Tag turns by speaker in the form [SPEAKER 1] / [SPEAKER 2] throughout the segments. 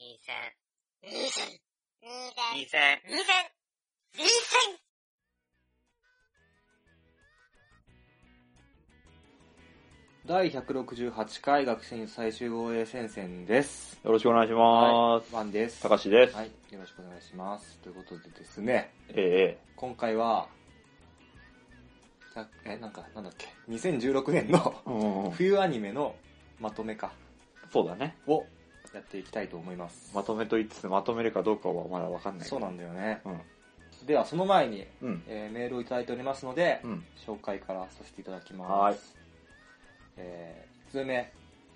[SPEAKER 1] 二千。
[SPEAKER 2] 二千。二千。
[SPEAKER 1] 二千。
[SPEAKER 2] 二千。二千。
[SPEAKER 3] 第168回学生最終防衛戦線です。
[SPEAKER 4] よろしくお願いします。
[SPEAKER 3] ワンです。
[SPEAKER 4] たかしです。
[SPEAKER 3] はい。よろしくお願いします。ということでですね、
[SPEAKER 4] え
[SPEAKER 3] 今回は、じゃえ、なんか、なんだっけ、2016年の
[SPEAKER 4] えうんうん。
[SPEAKER 3] 冬アニメのまとめか、
[SPEAKER 4] そうだね。
[SPEAKER 3] をやっていきたいと思います。
[SPEAKER 4] まとめと言いつつ、まとめるかどうかはまだわかんない。
[SPEAKER 3] そうなんだよね。
[SPEAKER 4] うん。
[SPEAKER 3] では、その前に、
[SPEAKER 4] うん。
[SPEAKER 3] えーメールをいただいておりますので、
[SPEAKER 4] うん。
[SPEAKER 3] 紹介からさせていただきます。
[SPEAKER 4] はい。
[SPEAKER 3] えー、1つ目、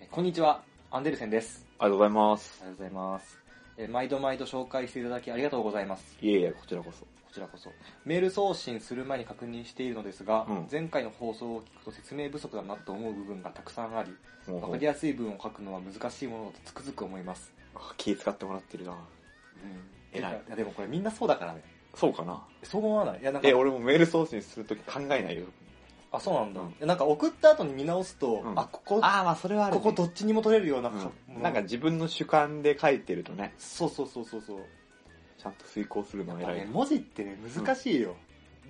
[SPEAKER 3] えこんにちは、アンデルセンです。
[SPEAKER 4] ありがとうございます。
[SPEAKER 3] ありがとうございます。えー毎度毎度紹介していただきありがとうございます。
[SPEAKER 4] いえいえ、こちらこそ。
[SPEAKER 3] こちらこそ。メール送信する前に確認しているのですが、
[SPEAKER 4] うん
[SPEAKER 3] 前回の放送を聞くと説明不足だなと思う部分がたくさんあり、
[SPEAKER 4] も
[SPEAKER 3] わかりやすい文を書くのは難しいものだとつくづく思います。
[SPEAKER 4] 気使ってもらってるな。
[SPEAKER 3] うん
[SPEAKER 4] 偉い
[SPEAKER 3] や、でもこれみんなそうだからね。
[SPEAKER 4] そうかな。
[SPEAKER 3] そう思わないいや、なんか
[SPEAKER 4] え、、俺もメール送信するとき考えないよ。
[SPEAKER 3] あ、そうなんだ。
[SPEAKER 4] うん
[SPEAKER 3] いやなんか送った後に見直すと、
[SPEAKER 4] うん
[SPEAKER 3] あ、ここ、
[SPEAKER 4] ああ、まあそれはあ
[SPEAKER 3] ここどっちにも取れるような、
[SPEAKER 4] うん、なんか、自分の主観で書いてるとね、
[SPEAKER 3] そうそうそうそうそう。
[SPEAKER 4] ちゃんと遂行する
[SPEAKER 3] や
[SPEAKER 4] の
[SPEAKER 3] っぱ
[SPEAKER 4] 偉
[SPEAKER 3] ね
[SPEAKER 4] い。
[SPEAKER 3] 文字ってね難しいよ、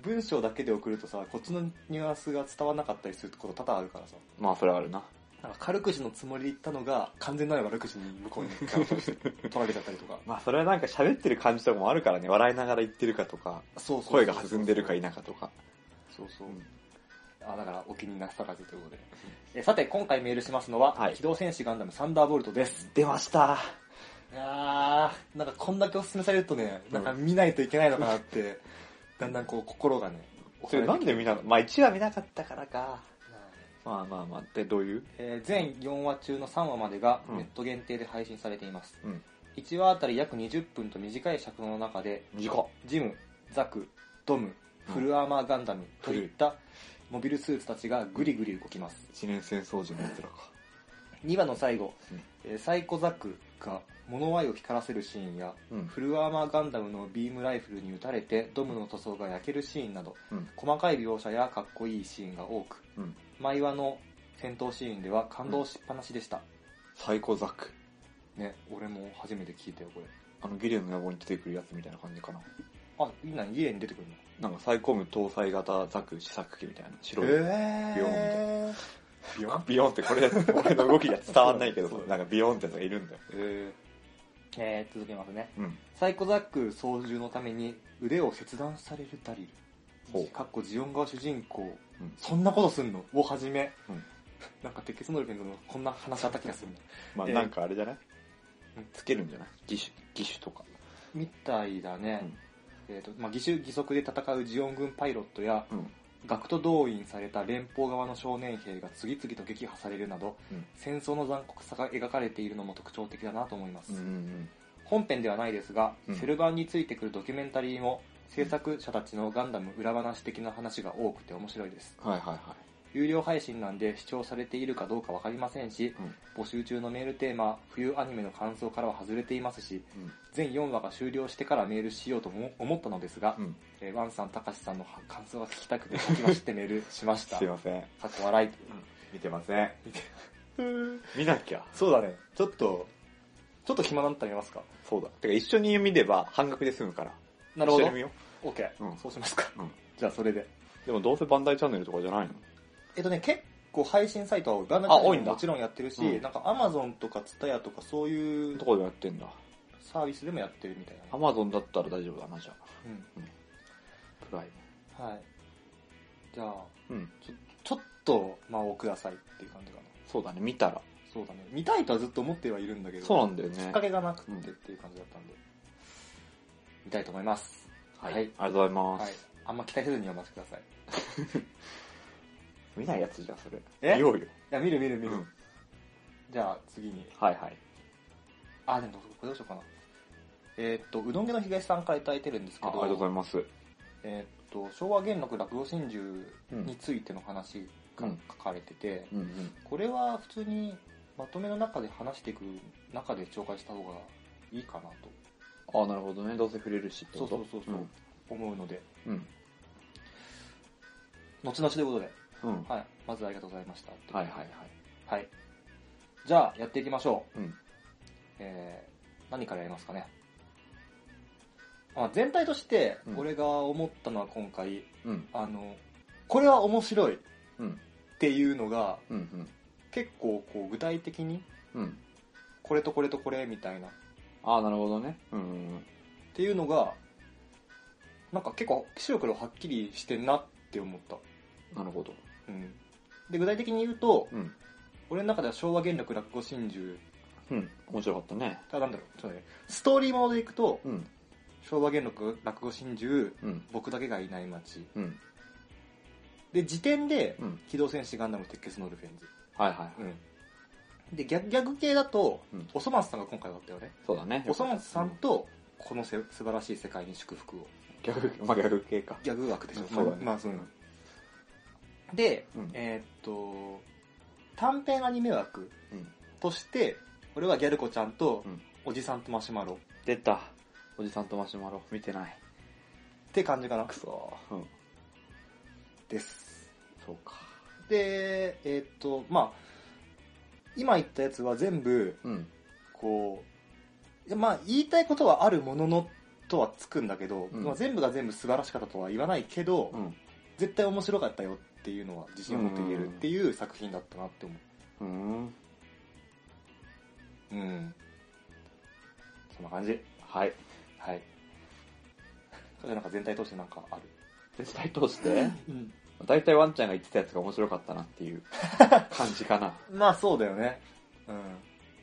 [SPEAKER 3] 文章だけで送るとさこっちのニュアンスが伝わらなかったりすること多々あるからさ
[SPEAKER 4] まあそれはあるな。
[SPEAKER 3] なんか軽口のつもりで言ったのが完全なる悪口に向こうに行っちゃうと取られちゃったり とか
[SPEAKER 4] まあそれはなんか喋ってる感じとかもあるからね、笑いながら言ってるかとか、
[SPEAKER 3] そうそうそう
[SPEAKER 4] 声が弾んでるか否かとか。
[SPEAKER 3] そうそう、
[SPEAKER 4] うん
[SPEAKER 3] あだからお気になさらずということでえさて今回メールしますのは、
[SPEAKER 4] はい
[SPEAKER 3] 機動戦士ガンダムサンダーボルトです
[SPEAKER 4] 出ました。
[SPEAKER 3] あーなんかこんだけおすすめされるとねなんか見ないといけないのかなって、だんだんこう心がね
[SPEAKER 4] それなんで見な、まあ1話見なかったからか。
[SPEAKER 3] な
[SPEAKER 4] まあまあまあ、で、どういう
[SPEAKER 3] えー全4話中の3話までが
[SPEAKER 4] うん
[SPEAKER 3] ネット限定で配信されています、
[SPEAKER 4] うん
[SPEAKER 3] 1話あたり約20分と短い尺の中で
[SPEAKER 4] 短っ。
[SPEAKER 3] ジムザクドムフルアーマーガンダムといったモビルスーツたちがぐりぐり動きます
[SPEAKER 4] 一年戦争時のやつらか。
[SPEAKER 3] 2話の最後
[SPEAKER 4] うん、
[SPEAKER 3] えーサイコザクが物愛を光らせるシーンや
[SPEAKER 4] うん。
[SPEAKER 3] フルアーマーガンダムのビームライフルに撃たれてドムの塗装が焼けるシーンなど
[SPEAKER 4] うん。
[SPEAKER 3] 細かい描写やかっこいいシーンが多く
[SPEAKER 4] うん。
[SPEAKER 3] 毎話の戦闘シーンでは感動しっぱなしでした、
[SPEAKER 4] 最高ザック。
[SPEAKER 3] ね、俺も初めて聞いたよ、これ。
[SPEAKER 4] あの、ギレンの野望に出てくるやつみたいな感じかな。
[SPEAKER 3] あ、いいな、家に出てくるの。
[SPEAKER 4] なんか、サイコム搭載型ザク試作機みたいな。白い。
[SPEAKER 3] え
[SPEAKER 4] ビヨーンみた
[SPEAKER 3] えー。ビヨン
[SPEAKER 4] ビヨンって、これ、 俺の動きが伝わんないけど
[SPEAKER 3] そう、
[SPEAKER 4] なんかビヨンってやつがいるんだよ。
[SPEAKER 3] えー、えー、続けますね。
[SPEAKER 4] うん。
[SPEAKER 3] サイコザック操縦のために腕を切断されるダリ
[SPEAKER 4] ほ
[SPEAKER 3] ル。
[SPEAKER 4] う
[SPEAKER 3] かっこジオンが主人公、
[SPEAKER 4] うん
[SPEAKER 3] そんなことすんのをはじめ。
[SPEAKER 4] うん
[SPEAKER 3] なんか鉄血ノルフェンズのこんな話あった気がするの。
[SPEAKER 4] まあ、
[SPEAKER 3] えー
[SPEAKER 4] なんかあれじゃない
[SPEAKER 3] うん
[SPEAKER 4] つけるんじゃない義手、義手とか。
[SPEAKER 3] みたいだね。えっ、と、まあ、義手義足で戦うジオン軍パイロットや、
[SPEAKER 4] うん。
[SPEAKER 3] 学徒動員された連邦側の少年兵が次々と撃破されるなど、
[SPEAKER 4] うん
[SPEAKER 3] 戦争の残酷さが描かれているのも特徴的だなと思います、
[SPEAKER 4] うんうん
[SPEAKER 3] 本編ではないですが、
[SPEAKER 4] うん
[SPEAKER 3] セルバンについてくるドキュメンタリーも制作者たちのガンダム裏話的な話が多くて面白いです
[SPEAKER 4] うん。はいはいは
[SPEAKER 3] 有料配信なんで視聴されているかどうか分かりませんし
[SPEAKER 4] い。うん。
[SPEAKER 3] 募集中のメールテーマ冬アニメの感想からは外れていますし
[SPEAKER 4] うん。
[SPEAKER 3] 全4話が終了してからメールしようとも思ったのですが、
[SPEAKER 4] うん。
[SPEAKER 3] えーワンさんたかしさんの感想が聞きたくて書きましてメールしました
[SPEAKER 4] すいません。
[SPEAKER 3] かっこ笑い。
[SPEAKER 4] 見てません。見なきゃ。
[SPEAKER 3] そうだね。ちょっと、ちょっと暇だったら見ますか。
[SPEAKER 4] そうだ。てか、一緒に見れば半額で済むから。
[SPEAKER 3] なるほ
[SPEAKER 4] 一
[SPEAKER 3] ど
[SPEAKER 4] 緒に見。よう。
[SPEAKER 3] オッケー、
[SPEAKER 4] うん
[SPEAKER 3] そうしますか。
[SPEAKER 4] うん
[SPEAKER 3] じゃあそれで。
[SPEAKER 4] でもどうせバンダイチャンネルとかじゃないの
[SPEAKER 3] えっとね、結構配信サイトはガンダ
[SPEAKER 4] あ
[SPEAKER 3] ム
[SPEAKER 4] 多いんだ
[SPEAKER 3] もちろんやってるし、
[SPEAKER 4] うん
[SPEAKER 3] なんか Amazon とか TSUTAYA とかそういう
[SPEAKER 4] とこでやってんだ。
[SPEAKER 3] サービスでもやってるみたいな
[SPEAKER 4] ア
[SPEAKER 3] ね。
[SPEAKER 4] マゾンだったら大丈夫だな、じゃあ。
[SPEAKER 3] うん。
[SPEAKER 4] プライ
[SPEAKER 3] はい。じゃあ、
[SPEAKER 4] ム。うん。
[SPEAKER 3] ちょっと間をくださいっていう感じかな。
[SPEAKER 4] そうだね、見たら。
[SPEAKER 3] そうだね。見たいとはずっと思ってはいるんだけど、
[SPEAKER 4] そうなんだよ
[SPEAKER 3] きっ
[SPEAKER 4] ね
[SPEAKER 3] か。けがなくてっていう感じだったんで、見たいと思います。
[SPEAKER 4] はい。
[SPEAKER 3] は
[SPEAKER 4] あ
[SPEAKER 3] い
[SPEAKER 4] りがとうございま
[SPEAKER 3] はい
[SPEAKER 4] す。。
[SPEAKER 3] あんま期待せずにお待ちください。
[SPEAKER 4] 見ないやつじゃん、それ。
[SPEAKER 3] え
[SPEAKER 4] 見ようよ。
[SPEAKER 3] いや、見る見る見
[SPEAKER 4] う
[SPEAKER 3] る。
[SPEAKER 4] ん。
[SPEAKER 3] じゃあ次に。
[SPEAKER 4] はいはい。
[SPEAKER 3] あ、でもこれどうしようかな。えーっと、うどんげの東さんからいただいてるんですけ
[SPEAKER 4] ああ
[SPEAKER 3] ど、
[SPEAKER 4] りがとうございます。
[SPEAKER 3] えーっと、昭和元禄落語真珠についての話が
[SPEAKER 4] うん
[SPEAKER 3] 書かれてて、
[SPEAKER 4] うんうん。
[SPEAKER 3] これは普通にまとめの中で話していく中で紹介した方がいいかなと
[SPEAKER 4] ああ、なるほどね。どうせ触れるし。
[SPEAKER 3] そうそうそうそう思うので、
[SPEAKER 4] うん。
[SPEAKER 3] 後々ということで、
[SPEAKER 4] うん。うん。
[SPEAKER 3] はい、まずありがとうございました。
[SPEAKER 4] はいはいはい。
[SPEAKER 3] はい。じゃあ、やっていきましょう。
[SPEAKER 4] うん。
[SPEAKER 3] えー、何からやりますかね。あ全体として
[SPEAKER 5] う、ん
[SPEAKER 3] 俺が思ったのは今回、
[SPEAKER 5] うん。
[SPEAKER 3] あの、これは面白いっ
[SPEAKER 5] うん。
[SPEAKER 3] ていうのが、
[SPEAKER 5] うん。
[SPEAKER 3] 結構こう具体的に、
[SPEAKER 5] うん。うん。
[SPEAKER 3] これとこれとこれみたいな、っ
[SPEAKER 5] ああ、なるほどね。うん。
[SPEAKER 3] ていうのが、なんか結構白黒はっきりしてんなって思った。
[SPEAKER 5] なるほど。
[SPEAKER 3] うん。で、具体的に言うと、
[SPEAKER 5] うん。
[SPEAKER 3] 俺の中では昭和元禄落語真珠、
[SPEAKER 5] うん。面白かったね。
[SPEAKER 3] あ、なんだろう、そうね。ストーリーものでいくと、
[SPEAKER 5] うん。
[SPEAKER 3] 昭和元禄落語真珠、
[SPEAKER 5] うん。
[SPEAKER 3] 僕だけがいない街。
[SPEAKER 5] うん。
[SPEAKER 3] で、時点で、
[SPEAKER 5] うん。
[SPEAKER 3] 機動戦士ガンダム鉄血ノルフェンズ。
[SPEAKER 5] はいはい。
[SPEAKER 3] うん。で、逆、逆系だと、
[SPEAKER 5] うん
[SPEAKER 3] おそ松さんが今回だったよね。
[SPEAKER 5] そうだね。
[SPEAKER 3] おそ松さんと、このせ素晴らしい世界に祝福を。
[SPEAKER 5] 逆、 まあ逆系か。
[SPEAKER 3] ギャグ枠でしょ。
[SPEAKER 5] そうだね
[SPEAKER 3] まあ、まあ、そうで、
[SPEAKER 5] うん
[SPEAKER 3] えーっと、短編アニメ枠
[SPEAKER 5] うん。
[SPEAKER 3] として、俺はギャル子ちゃんと
[SPEAKER 5] うん、
[SPEAKER 3] おじさんとマシュマロ
[SPEAKER 5] 出た。おじさんとマシュマロ。見てない。
[SPEAKER 3] って感じかな
[SPEAKER 5] く。そー。うん。
[SPEAKER 3] です。
[SPEAKER 5] そうか。
[SPEAKER 3] で、えーっと、まあ、今言ったやつは全部、
[SPEAKER 5] うん。
[SPEAKER 3] こう、いやまあ言いたいことはあるもののとはつくんだけど、
[SPEAKER 5] うん
[SPEAKER 3] まあ全部が全部素晴らしかったとは言わないけど、
[SPEAKER 5] うん。
[SPEAKER 3] 絶対面白かったよっていうのは自信を持って言えるっていう作品だったなって思
[SPEAKER 5] うん。
[SPEAKER 3] う。うん。
[SPEAKER 5] そんな感じ。はい。
[SPEAKER 3] はい。それなんか全体通してなんかある。
[SPEAKER 5] 全体通して、
[SPEAKER 3] うん。
[SPEAKER 5] 大体ワンちゃんが言ってたやつが面白かったなって いう感じかな。
[SPEAKER 3] まあそうだよね。うん。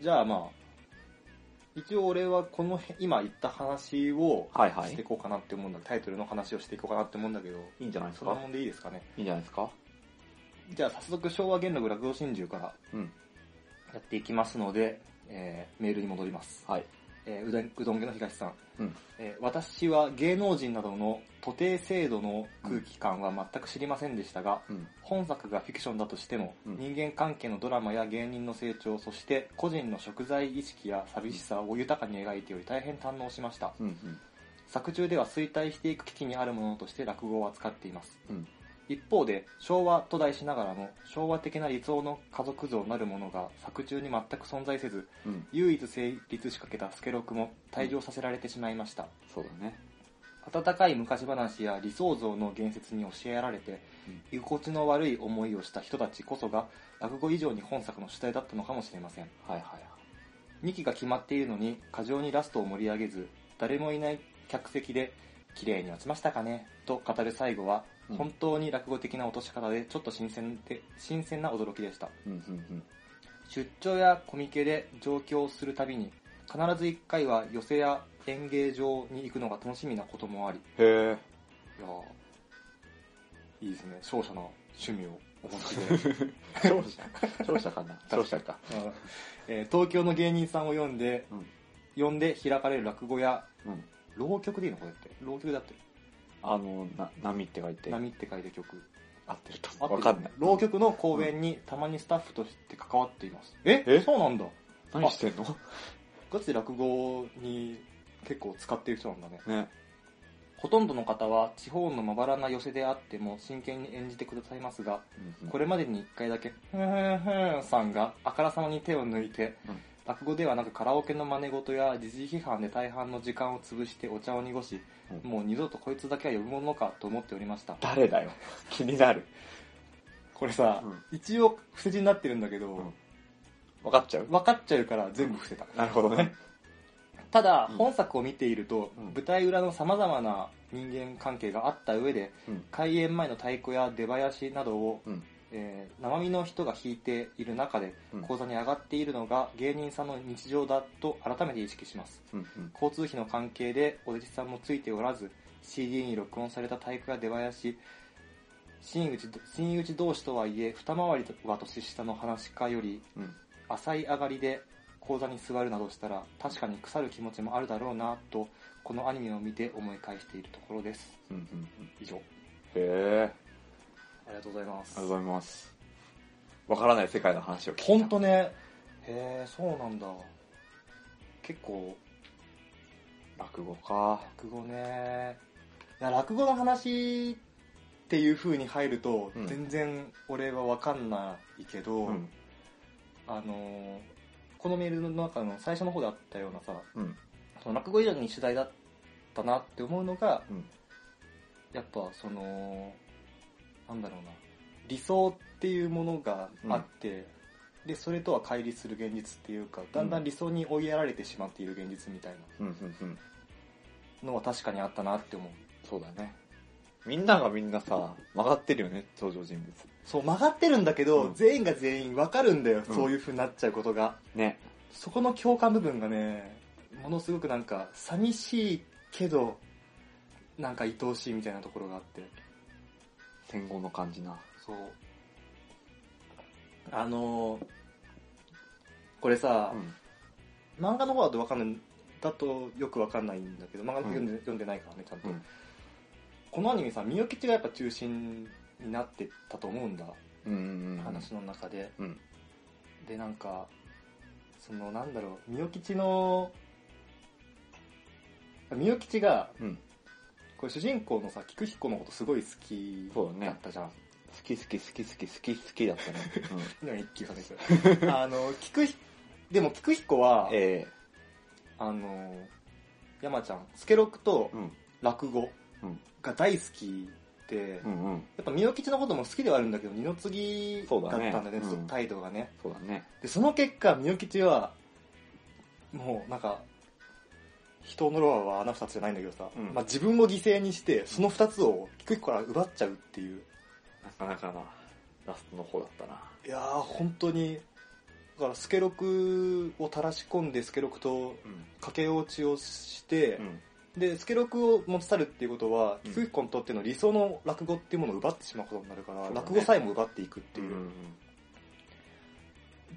[SPEAKER 3] じゃあまあ、一応俺はこの辺今言った話を
[SPEAKER 5] はいは
[SPEAKER 3] し
[SPEAKER 5] い。
[SPEAKER 3] ていこうかなって思うんだ、タイトルの話をしていこうかなって思うんだけど、
[SPEAKER 5] いいんじゃないです
[SPEAKER 3] その
[SPEAKER 5] か
[SPEAKER 3] もんでいいですかね。
[SPEAKER 5] いいんじゃないですか
[SPEAKER 3] じゃあ早速昭和元禄落語真珠から
[SPEAKER 5] うん。
[SPEAKER 3] やっていきますので、えーメールに戻ります。
[SPEAKER 5] はい。
[SPEAKER 3] えーうどんうどん家の東さん、
[SPEAKER 5] うん
[SPEAKER 3] えー私は芸能人などの徒弟制度の空気感は全く知りませんでしたが、
[SPEAKER 5] うん。
[SPEAKER 3] 本作がフィクションだとしても、
[SPEAKER 5] うん
[SPEAKER 3] 人間関係のドラマや芸人の成長、そして個人の食材意識や寂しさを豊かに描いており大変堪能しました。
[SPEAKER 5] うん。うん。
[SPEAKER 3] 作中では衰退していく危機にあるものとして落語を扱っています。
[SPEAKER 5] うん。
[SPEAKER 3] 一方で昭和と題しながらも昭和的な理想の家族像なるものが作中に全く存在せず
[SPEAKER 5] うん。
[SPEAKER 3] 唯一成立しかけたスケロクも退場させられてしまいました、
[SPEAKER 5] そうだね。
[SPEAKER 3] 温かい昔話や理想像の言説に教えられて、居心地の悪い思いをした人たちこそが落語以上に本作の主体だったのかもしれません
[SPEAKER 5] はいはいはい。
[SPEAKER 3] 2期が決まっているのに過剰にラストを盛り上げず誰もいない客席で綺麗に落ちましたかねと語る最後は、
[SPEAKER 5] うん
[SPEAKER 3] 本当に落語的な落とし方でちょっと新鮮で新鮮な驚きでした
[SPEAKER 5] うん。うん。
[SPEAKER 3] 出張やコミケで上京するたびに必ず1回は寄席や演芸場に行くのが楽しみなこともあり
[SPEAKER 5] うん。へ
[SPEAKER 3] いやーいいですね勝者の趣味をお持ちで
[SPEAKER 5] え。 勝者勝者かな勝者か。
[SPEAKER 3] うんえー東京の芸人さんを呼んで、
[SPEAKER 5] うん
[SPEAKER 3] 呼んで開かれる落語や
[SPEAKER 5] うん。
[SPEAKER 3] 浪曲でいいのこれって浪曲だって
[SPEAKER 5] あの、な、波って書いて。
[SPEAKER 3] 波って書いた曲
[SPEAKER 5] 合ってる
[SPEAKER 3] 合
[SPEAKER 5] と。
[SPEAKER 3] って
[SPEAKER 5] わ
[SPEAKER 3] る
[SPEAKER 5] かんない。
[SPEAKER 3] 浪曲の公演にたまにスタッフとして関わっていますえ
[SPEAKER 5] え
[SPEAKER 3] そうなんだ
[SPEAKER 5] 何してんの
[SPEAKER 3] ガチで落語に結構使ってる人なんだね
[SPEAKER 5] ね。
[SPEAKER 3] ほとんどの方は地方のまばらな寄せであっても真剣に演じてくださいますがこ
[SPEAKER 5] れ。
[SPEAKER 3] れまでに一回だけ、ふんふんふんさんがあからさまに手を抜いて、
[SPEAKER 5] うん
[SPEAKER 3] 落語ではなくカラオケの真似事や時事批判で大半の時間を潰してお茶を濁し、
[SPEAKER 5] うん
[SPEAKER 3] もう二度とこいつだけは呼ぶものかと思っておりました。
[SPEAKER 5] 誰だよ。気になる。
[SPEAKER 3] これさ、
[SPEAKER 5] うん
[SPEAKER 3] 一応伏せ字になってるんだけど、
[SPEAKER 5] うんわかっちゃう
[SPEAKER 3] 分かっちゃうから全部伏せた。
[SPEAKER 5] なるほどね。
[SPEAKER 3] ただ、
[SPEAKER 5] うん
[SPEAKER 3] 本作を見ていると、
[SPEAKER 5] うん
[SPEAKER 3] 舞台裏の様々な人間関係があった上で、
[SPEAKER 5] うん。
[SPEAKER 3] 開演前の太鼓や出囃子などを
[SPEAKER 5] うん。
[SPEAKER 3] えー生身の人が弾いている中で
[SPEAKER 5] うん
[SPEAKER 3] 講座に上がっているのが芸人さんの日常だと改めて意識します
[SPEAKER 5] うん。うん。
[SPEAKER 3] 交通費の関係でお弟子さんもついておらず CD に録音された太鼓や出囃子真打ち真打ち同士とはいえ二回りは年下の話し家より
[SPEAKER 5] うん。
[SPEAKER 3] 浅い上がりで講座に座るなどしたら確かに腐る気持ちもあるだろうなとこのアニメを見て思い返しているところです
[SPEAKER 5] うん。うん。
[SPEAKER 3] 以上
[SPEAKER 5] へえ。
[SPEAKER 3] ありがとうございます
[SPEAKER 5] ありがとうございます。わからない世界の話を聞いた。
[SPEAKER 3] ほんとね。へえ、そうなんだ。結構、
[SPEAKER 5] 落語か。
[SPEAKER 3] 落語ね。いや落語の話っていう風に入ると、
[SPEAKER 5] うん
[SPEAKER 3] 全然俺はわかんないけど、
[SPEAKER 5] うん。
[SPEAKER 3] あのーこのメールの中の最初の方であったようなさ、
[SPEAKER 4] うん
[SPEAKER 3] その落語以上に主題だったなって思うのが、
[SPEAKER 4] うん
[SPEAKER 3] やっぱその、なんだろうな、理想っていうものがあって、で、それとは乖離する現実っていうか、だんだん理想に追いやられてしまっている現実みたい
[SPEAKER 4] うんうんうん
[SPEAKER 3] なのは確かにあったなって思う。
[SPEAKER 4] そうだねみんながみんなさ曲がってるよね登場人物
[SPEAKER 3] そう、曲がってるんだけど、
[SPEAKER 4] うん
[SPEAKER 3] 全員が全員わかるんだよ、
[SPEAKER 4] うん
[SPEAKER 3] そういう風になっちゃうことが。
[SPEAKER 4] ね
[SPEAKER 3] そこの共感部分がね、ものすごくなんか、寂しいけど、なんか愛おしいみたいなところがあって。
[SPEAKER 4] 戦後の感じな
[SPEAKER 3] そう。あのーこれさ、
[SPEAKER 4] ん
[SPEAKER 3] 漫画の方だとわかんない、だとよくわかんないんだけど、漫画読んで,、読んでないからね、ちゃんと。
[SPEAKER 4] うん
[SPEAKER 3] このアニメさ、みゆきちがやっぱ中心になってたと思うんだ、
[SPEAKER 4] うんうんうん
[SPEAKER 3] 話の中で。
[SPEAKER 4] うん
[SPEAKER 3] で、なんか、その、なんだろう、みゆきちの、みゆきちが、
[SPEAKER 4] うん
[SPEAKER 3] これ主人公のさ、菊彦のことすごい好き
[SPEAKER 4] そうだね
[SPEAKER 3] だったじゃん。
[SPEAKER 4] 好き好き好き好き好き好きだったね、
[SPEAKER 3] でも一級さんです。 あの、菊ひ、でも菊彦は、
[SPEAKER 4] え
[SPEAKER 3] あの、山ちゃん、スケロクと
[SPEAKER 4] えうん
[SPEAKER 3] 落語
[SPEAKER 4] うん
[SPEAKER 3] が大好きで、
[SPEAKER 4] う
[SPEAKER 3] や
[SPEAKER 4] んうん
[SPEAKER 3] っぱ美濃吉のことも好きではあるんだけど、二の次だ
[SPEAKER 4] そ
[SPEAKER 3] っ
[SPEAKER 4] う
[SPEAKER 3] た
[SPEAKER 4] だね
[SPEAKER 3] んだね、
[SPEAKER 4] うん
[SPEAKER 3] 態度がね。
[SPEAKER 4] そうだね
[SPEAKER 3] で、その結果、美濃吉は、もうなんか、人のロアはあの二つじゃないんだけどさ、
[SPEAKER 4] うん
[SPEAKER 3] まあ自分を犠牲にして、その二つを菊彦から奪っちゃうっていう。
[SPEAKER 4] なかなかなラストの方だったない
[SPEAKER 3] やー、本当に、だから、スケロクを垂らし込んで、スケロクと
[SPEAKER 4] うん
[SPEAKER 3] 駆け落ちをして、
[SPEAKER 4] うん
[SPEAKER 3] で、スケロクを持ち去るっていうことは、
[SPEAKER 4] うん
[SPEAKER 3] キクイコにとっての理想の落語っていうものを奪ってしまうことになるから、
[SPEAKER 4] そうだね
[SPEAKER 3] 落語さえも奪っていくっ
[SPEAKER 4] っ
[SPEAKER 3] て
[SPEAKER 4] てい
[SPEAKER 3] いうう。
[SPEAKER 4] ん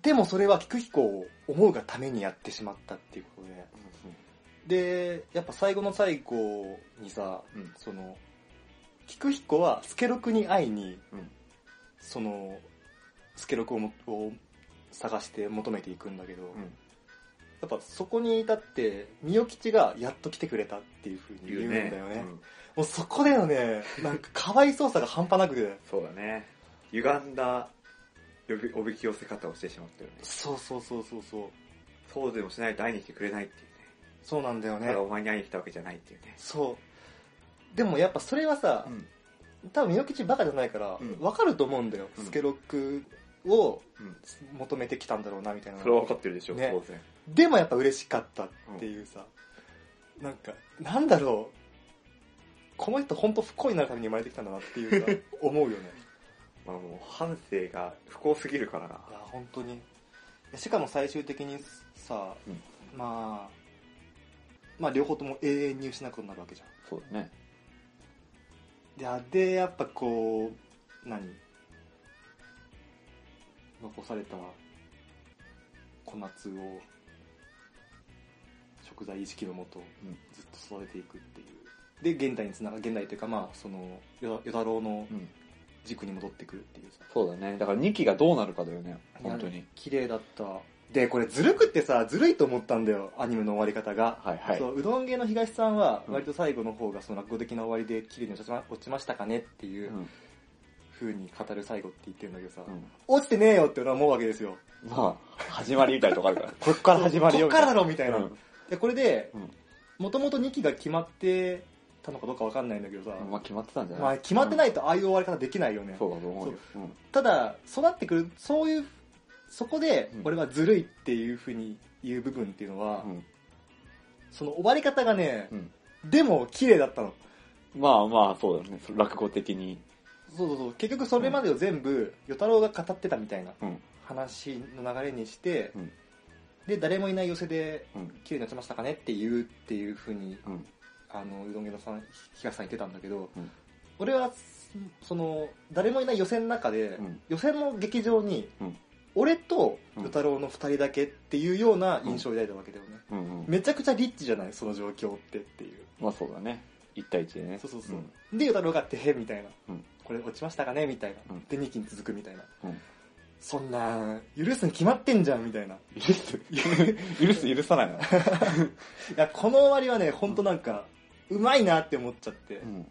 [SPEAKER 3] でもそれは菊彦を思うがためにやってしまったっていうことで。で、やっぱ最後の最後にさ、
[SPEAKER 4] うんうん
[SPEAKER 3] その、菊彦はスケロクに会いに、
[SPEAKER 4] うん
[SPEAKER 3] その、スケロクをもを探して求めていくんだけど、
[SPEAKER 4] うん
[SPEAKER 3] やっぱそこに至って、みよ吉がやっと来てくれたっていうふうに言うんだよね。
[SPEAKER 4] うん
[SPEAKER 3] もうそこでのね、なんか可愛そうさが半端なくて。
[SPEAKER 4] そうだね歪んだ呼びおびき寄せ方をしてしまったよね
[SPEAKER 3] そうそうそうそうそう。
[SPEAKER 4] そうでもしないと会いに来てくれないっていうね
[SPEAKER 3] そうなんだよ
[SPEAKER 4] た
[SPEAKER 3] ね
[SPEAKER 4] だ。お前に会いに来たわけじゃないっていうね
[SPEAKER 3] そう。でもやっぱそれはさ、
[SPEAKER 4] ん
[SPEAKER 3] 多分みよきちバカじゃないから
[SPEAKER 4] うん、
[SPEAKER 3] わかると思うんだよ。
[SPEAKER 4] うん
[SPEAKER 3] スケロックを
[SPEAKER 4] うん
[SPEAKER 3] 求めてきたんだろうな、みたいな。
[SPEAKER 4] それは分かってるでしょ
[SPEAKER 3] ね
[SPEAKER 4] 当然
[SPEAKER 3] でもやっぱ嬉しかったっていうさ、なんか、なんだろう。この人本当不幸になるために生まれてきたんだなっていうさ、 思うよね。
[SPEAKER 4] まあもう半生が不幸すぎるからない
[SPEAKER 3] や、本当に。いやしかも最終的にさ、
[SPEAKER 4] うん
[SPEAKER 3] まあ、まあ両方とも永遠に失うことになるわけじゃん。
[SPEAKER 4] そうだね
[SPEAKER 3] で、あで、やっぱこう、何残された小夏を食材意識のもと
[SPEAKER 4] ん
[SPEAKER 3] ずっと育てていくっていう。で、現代につなが、現代というかまあ、その、与太郎の
[SPEAKER 4] うん
[SPEAKER 3] 軸に戻ってくるっていうさ。
[SPEAKER 4] そうだねだから2期がどうなるかだよね本当
[SPEAKER 3] いや
[SPEAKER 4] に
[SPEAKER 3] 綺麗だったでこれずるくってさずるいと思ったんだよアニメの終わり方が、
[SPEAKER 4] はいはい
[SPEAKER 3] そううどん芸の東さんは割と最後の方がその落語的な終わりで綺麗に落ちま落ちましたかねっていううん風に語る最後って言ってるんだけどさ、
[SPEAKER 4] うん
[SPEAKER 3] 落ちてねえよって俺は思うわけですよ
[SPEAKER 4] まあ始まりみたいなとこあるからこっから始まりよ
[SPEAKER 3] こっからだろみたいな、
[SPEAKER 4] うん
[SPEAKER 3] でこれで
[SPEAKER 4] うん
[SPEAKER 3] もともと2期が決まってたのかどうかわかんないんだけどさ、
[SPEAKER 4] まあ決まってたんじゃない
[SPEAKER 3] まあ、決まってないいとああいう終わり方できないよね、
[SPEAKER 4] そうだと思うようん
[SPEAKER 3] ただそうなってくるそういうそこで
[SPEAKER 4] うん
[SPEAKER 3] 俺はずるいっていう風に言う部分っていうのは、
[SPEAKER 4] うん
[SPEAKER 3] その終わり方がね
[SPEAKER 4] う、ん
[SPEAKER 3] でも綺麗だったの。
[SPEAKER 4] まあまあそうだよねそ落語的に
[SPEAKER 3] そうそうそう。結局それまでを全部、与太郎が語ってたみたいな
[SPEAKER 4] うん
[SPEAKER 3] 話の流れにして、
[SPEAKER 4] うん
[SPEAKER 3] で、誰もいない寄せで、
[SPEAKER 4] うん
[SPEAKER 3] 綺麗になっちゃいましたかねって言うっていうふうに、
[SPEAKER 4] うん
[SPEAKER 3] あの、うどん家のさん、東さん言ってたんだけど、
[SPEAKER 4] うん
[SPEAKER 3] 俺は、その、誰もいない予選の中で、
[SPEAKER 4] うん
[SPEAKER 3] 予選の劇場に、
[SPEAKER 4] うん
[SPEAKER 3] 俺と与太郎の二人だけっていうような印象を抱いたわけだよね。
[SPEAKER 4] うんうん
[SPEAKER 3] めちゃくちゃリッチじゃないその状況ってっていう。
[SPEAKER 4] まあそうだね1対1でね
[SPEAKER 3] そうそうそう。
[SPEAKER 4] ん
[SPEAKER 3] で、与太郎がってへみたいな、
[SPEAKER 4] うん
[SPEAKER 3] これ落ちましたかねみたいな。
[SPEAKER 4] うん
[SPEAKER 3] で、2期に続くみたいな。
[SPEAKER 4] うん
[SPEAKER 3] そんな、許すに決まってんじゃんみたいな。い
[SPEAKER 4] 許す許す許さないの
[SPEAKER 3] や、この終わりはね、ほんとなんか、うまいなって思っちゃって、
[SPEAKER 4] うん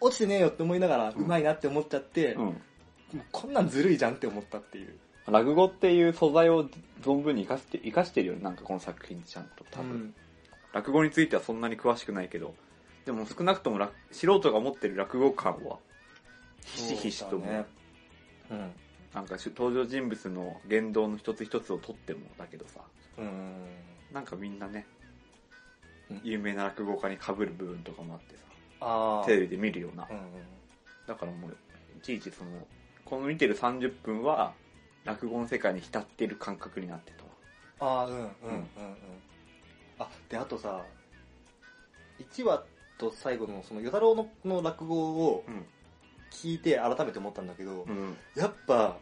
[SPEAKER 3] 落ちてねえよって思いながら、うまいなって思っちゃって、
[SPEAKER 4] う
[SPEAKER 3] も
[SPEAKER 4] ん
[SPEAKER 3] うこんなんずるいじゃんって思ったっていう。
[SPEAKER 4] 落語っていう素材を存分に生かして、生かしてるよね、なんかこの作品ちゃんと、多
[SPEAKER 3] 多
[SPEAKER 4] 分。
[SPEAKER 3] 分、
[SPEAKER 4] 落語についてはそんなに詳しくないけど、でも少なくとも落素人が持ってる落語感は、ひしひしとも、
[SPEAKER 3] そうだねうん
[SPEAKER 4] なんかし登場人物の言動の一つ一つをとってもだけどさ、
[SPEAKER 3] うん
[SPEAKER 4] なんかみんなね
[SPEAKER 3] うん、
[SPEAKER 4] 有名な落語家に被る部分とかもあってさ、
[SPEAKER 3] ああ
[SPEAKER 4] テレビで見るような
[SPEAKER 3] う。ん
[SPEAKER 4] だからもう、いちいちその、この見てる30分は、落語の世界に浸ってる感覚になってと。
[SPEAKER 3] ああうんうんうんうんあであとさ1話と最後のその与太郎のの落語を
[SPEAKER 4] うん。
[SPEAKER 3] 聞いて改めて思ったんだけど、
[SPEAKER 4] うん。
[SPEAKER 3] やっぱ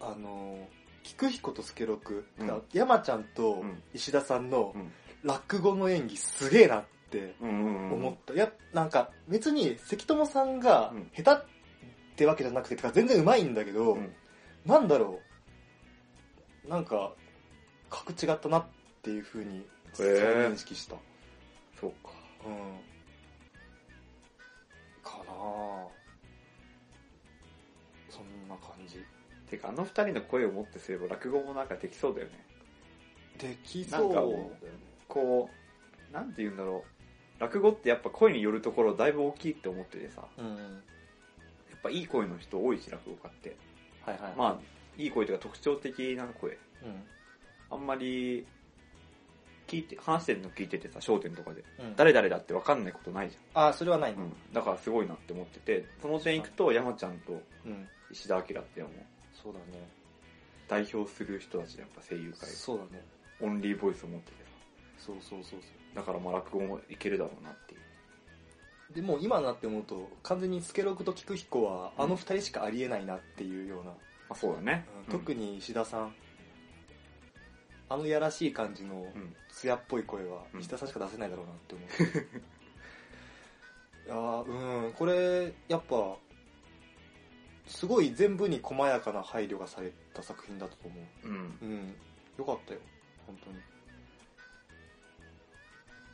[SPEAKER 3] あの菊彦と助六、
[SPEAKER 4] うん
[SPEAKER 3] だから山ちゃんと
[SPEAKER 4] うん
[SPEAKER 3] 石田さんの
[SPEAKER 4] うん
[SPEAKER 3] 落語の演技すげえなって
[SPEAKER 4] うんうんうん。
[SPEAKER 3] 思った、いやなんか別に関友さんが
[SPEAKER 4] うん
[SPEAKER 3] 下手ってわけじゃなくててか全然うまいんだけど、
[SPEAKER 4] うん
[SPEAKER 3] なんだろうなんか格違ったなっていうふうに再
[SPEAKER 4] へー
[SPEAKER 3] 認識した、
[SPEAKER 4] そうか。
[SPEAKER 3] うんかなあそんな感じ
[SPEAKER 4] てか、あの二人の声を持ってすれば落語もなんかできそうだよね。
[SPEAKER 3] でき
[SPEAKER 4] な
[SPEAKER 3] そ
[SPEAKER 4] ん
[SPEAKER 3] う
[SPEAKER 4] かもこう、なんて言うんだろう。落語ってやっぱ声によるところだいぶ大きいって思っててさ、
[SPEAKER 3] うん
[SPEAKER 4] やっぱいい声の人多いし、落語家って。
[SPEAKER 3] はいはい
[SPEAKER 4] まあ、いい声というか特徴的な声。
[SPEAKER 3] うん
[SPEAKER 4] あんまり、聞いて、話してるの聞いててさ、焦点とかで。
[SPEAKER 3] うん
[SPEAKER 4] 誰々だって分かんないことないじ
[SPEAKER 3] ああそれはない
[SPEAKER 4] ゃん。う
[SPEAKER 3] ね
[SPEAKER 4] ん。だからすごいなって思ってて、その点行くと山ちゃんと
[SPEAKER 3] うん、
[SPEAKER 4] 石田明ってもう
[SPEAKER 3] そうだね
[SPEAKER 4] 代表する人たちでやっぱ声優界、
[SPEAKER 3] そうだね
[SPEAKER 4] オンリーボイスを持っててさ。
[SPEAKER 3] そうそうそうそ
[SPEAKER 4] だからまあ落語もいけるだろうなっていう。
[SPEAKER 3] うでもう今になって思うと完全に助六と菊彦はあの二人しかありえないなっていうような、
[SPEAKER 4] まあそうだね。
[SPEAKER 3] うん特に石田さんあのやらしい感じの
[SPEAKER 4] うん。
[SPEAKER 3] 艶っぽい声は
[SPEAKER 4] うん
[SPEAKER 3] 石田さんしか出せないだろうなって思 う、いやーうんこれやっぱすごい全部に細やかな配慮がされた作品だと思う
[SPEAKER 4] うん。
[SPEAKER 3] うん、よかったよ、本当に。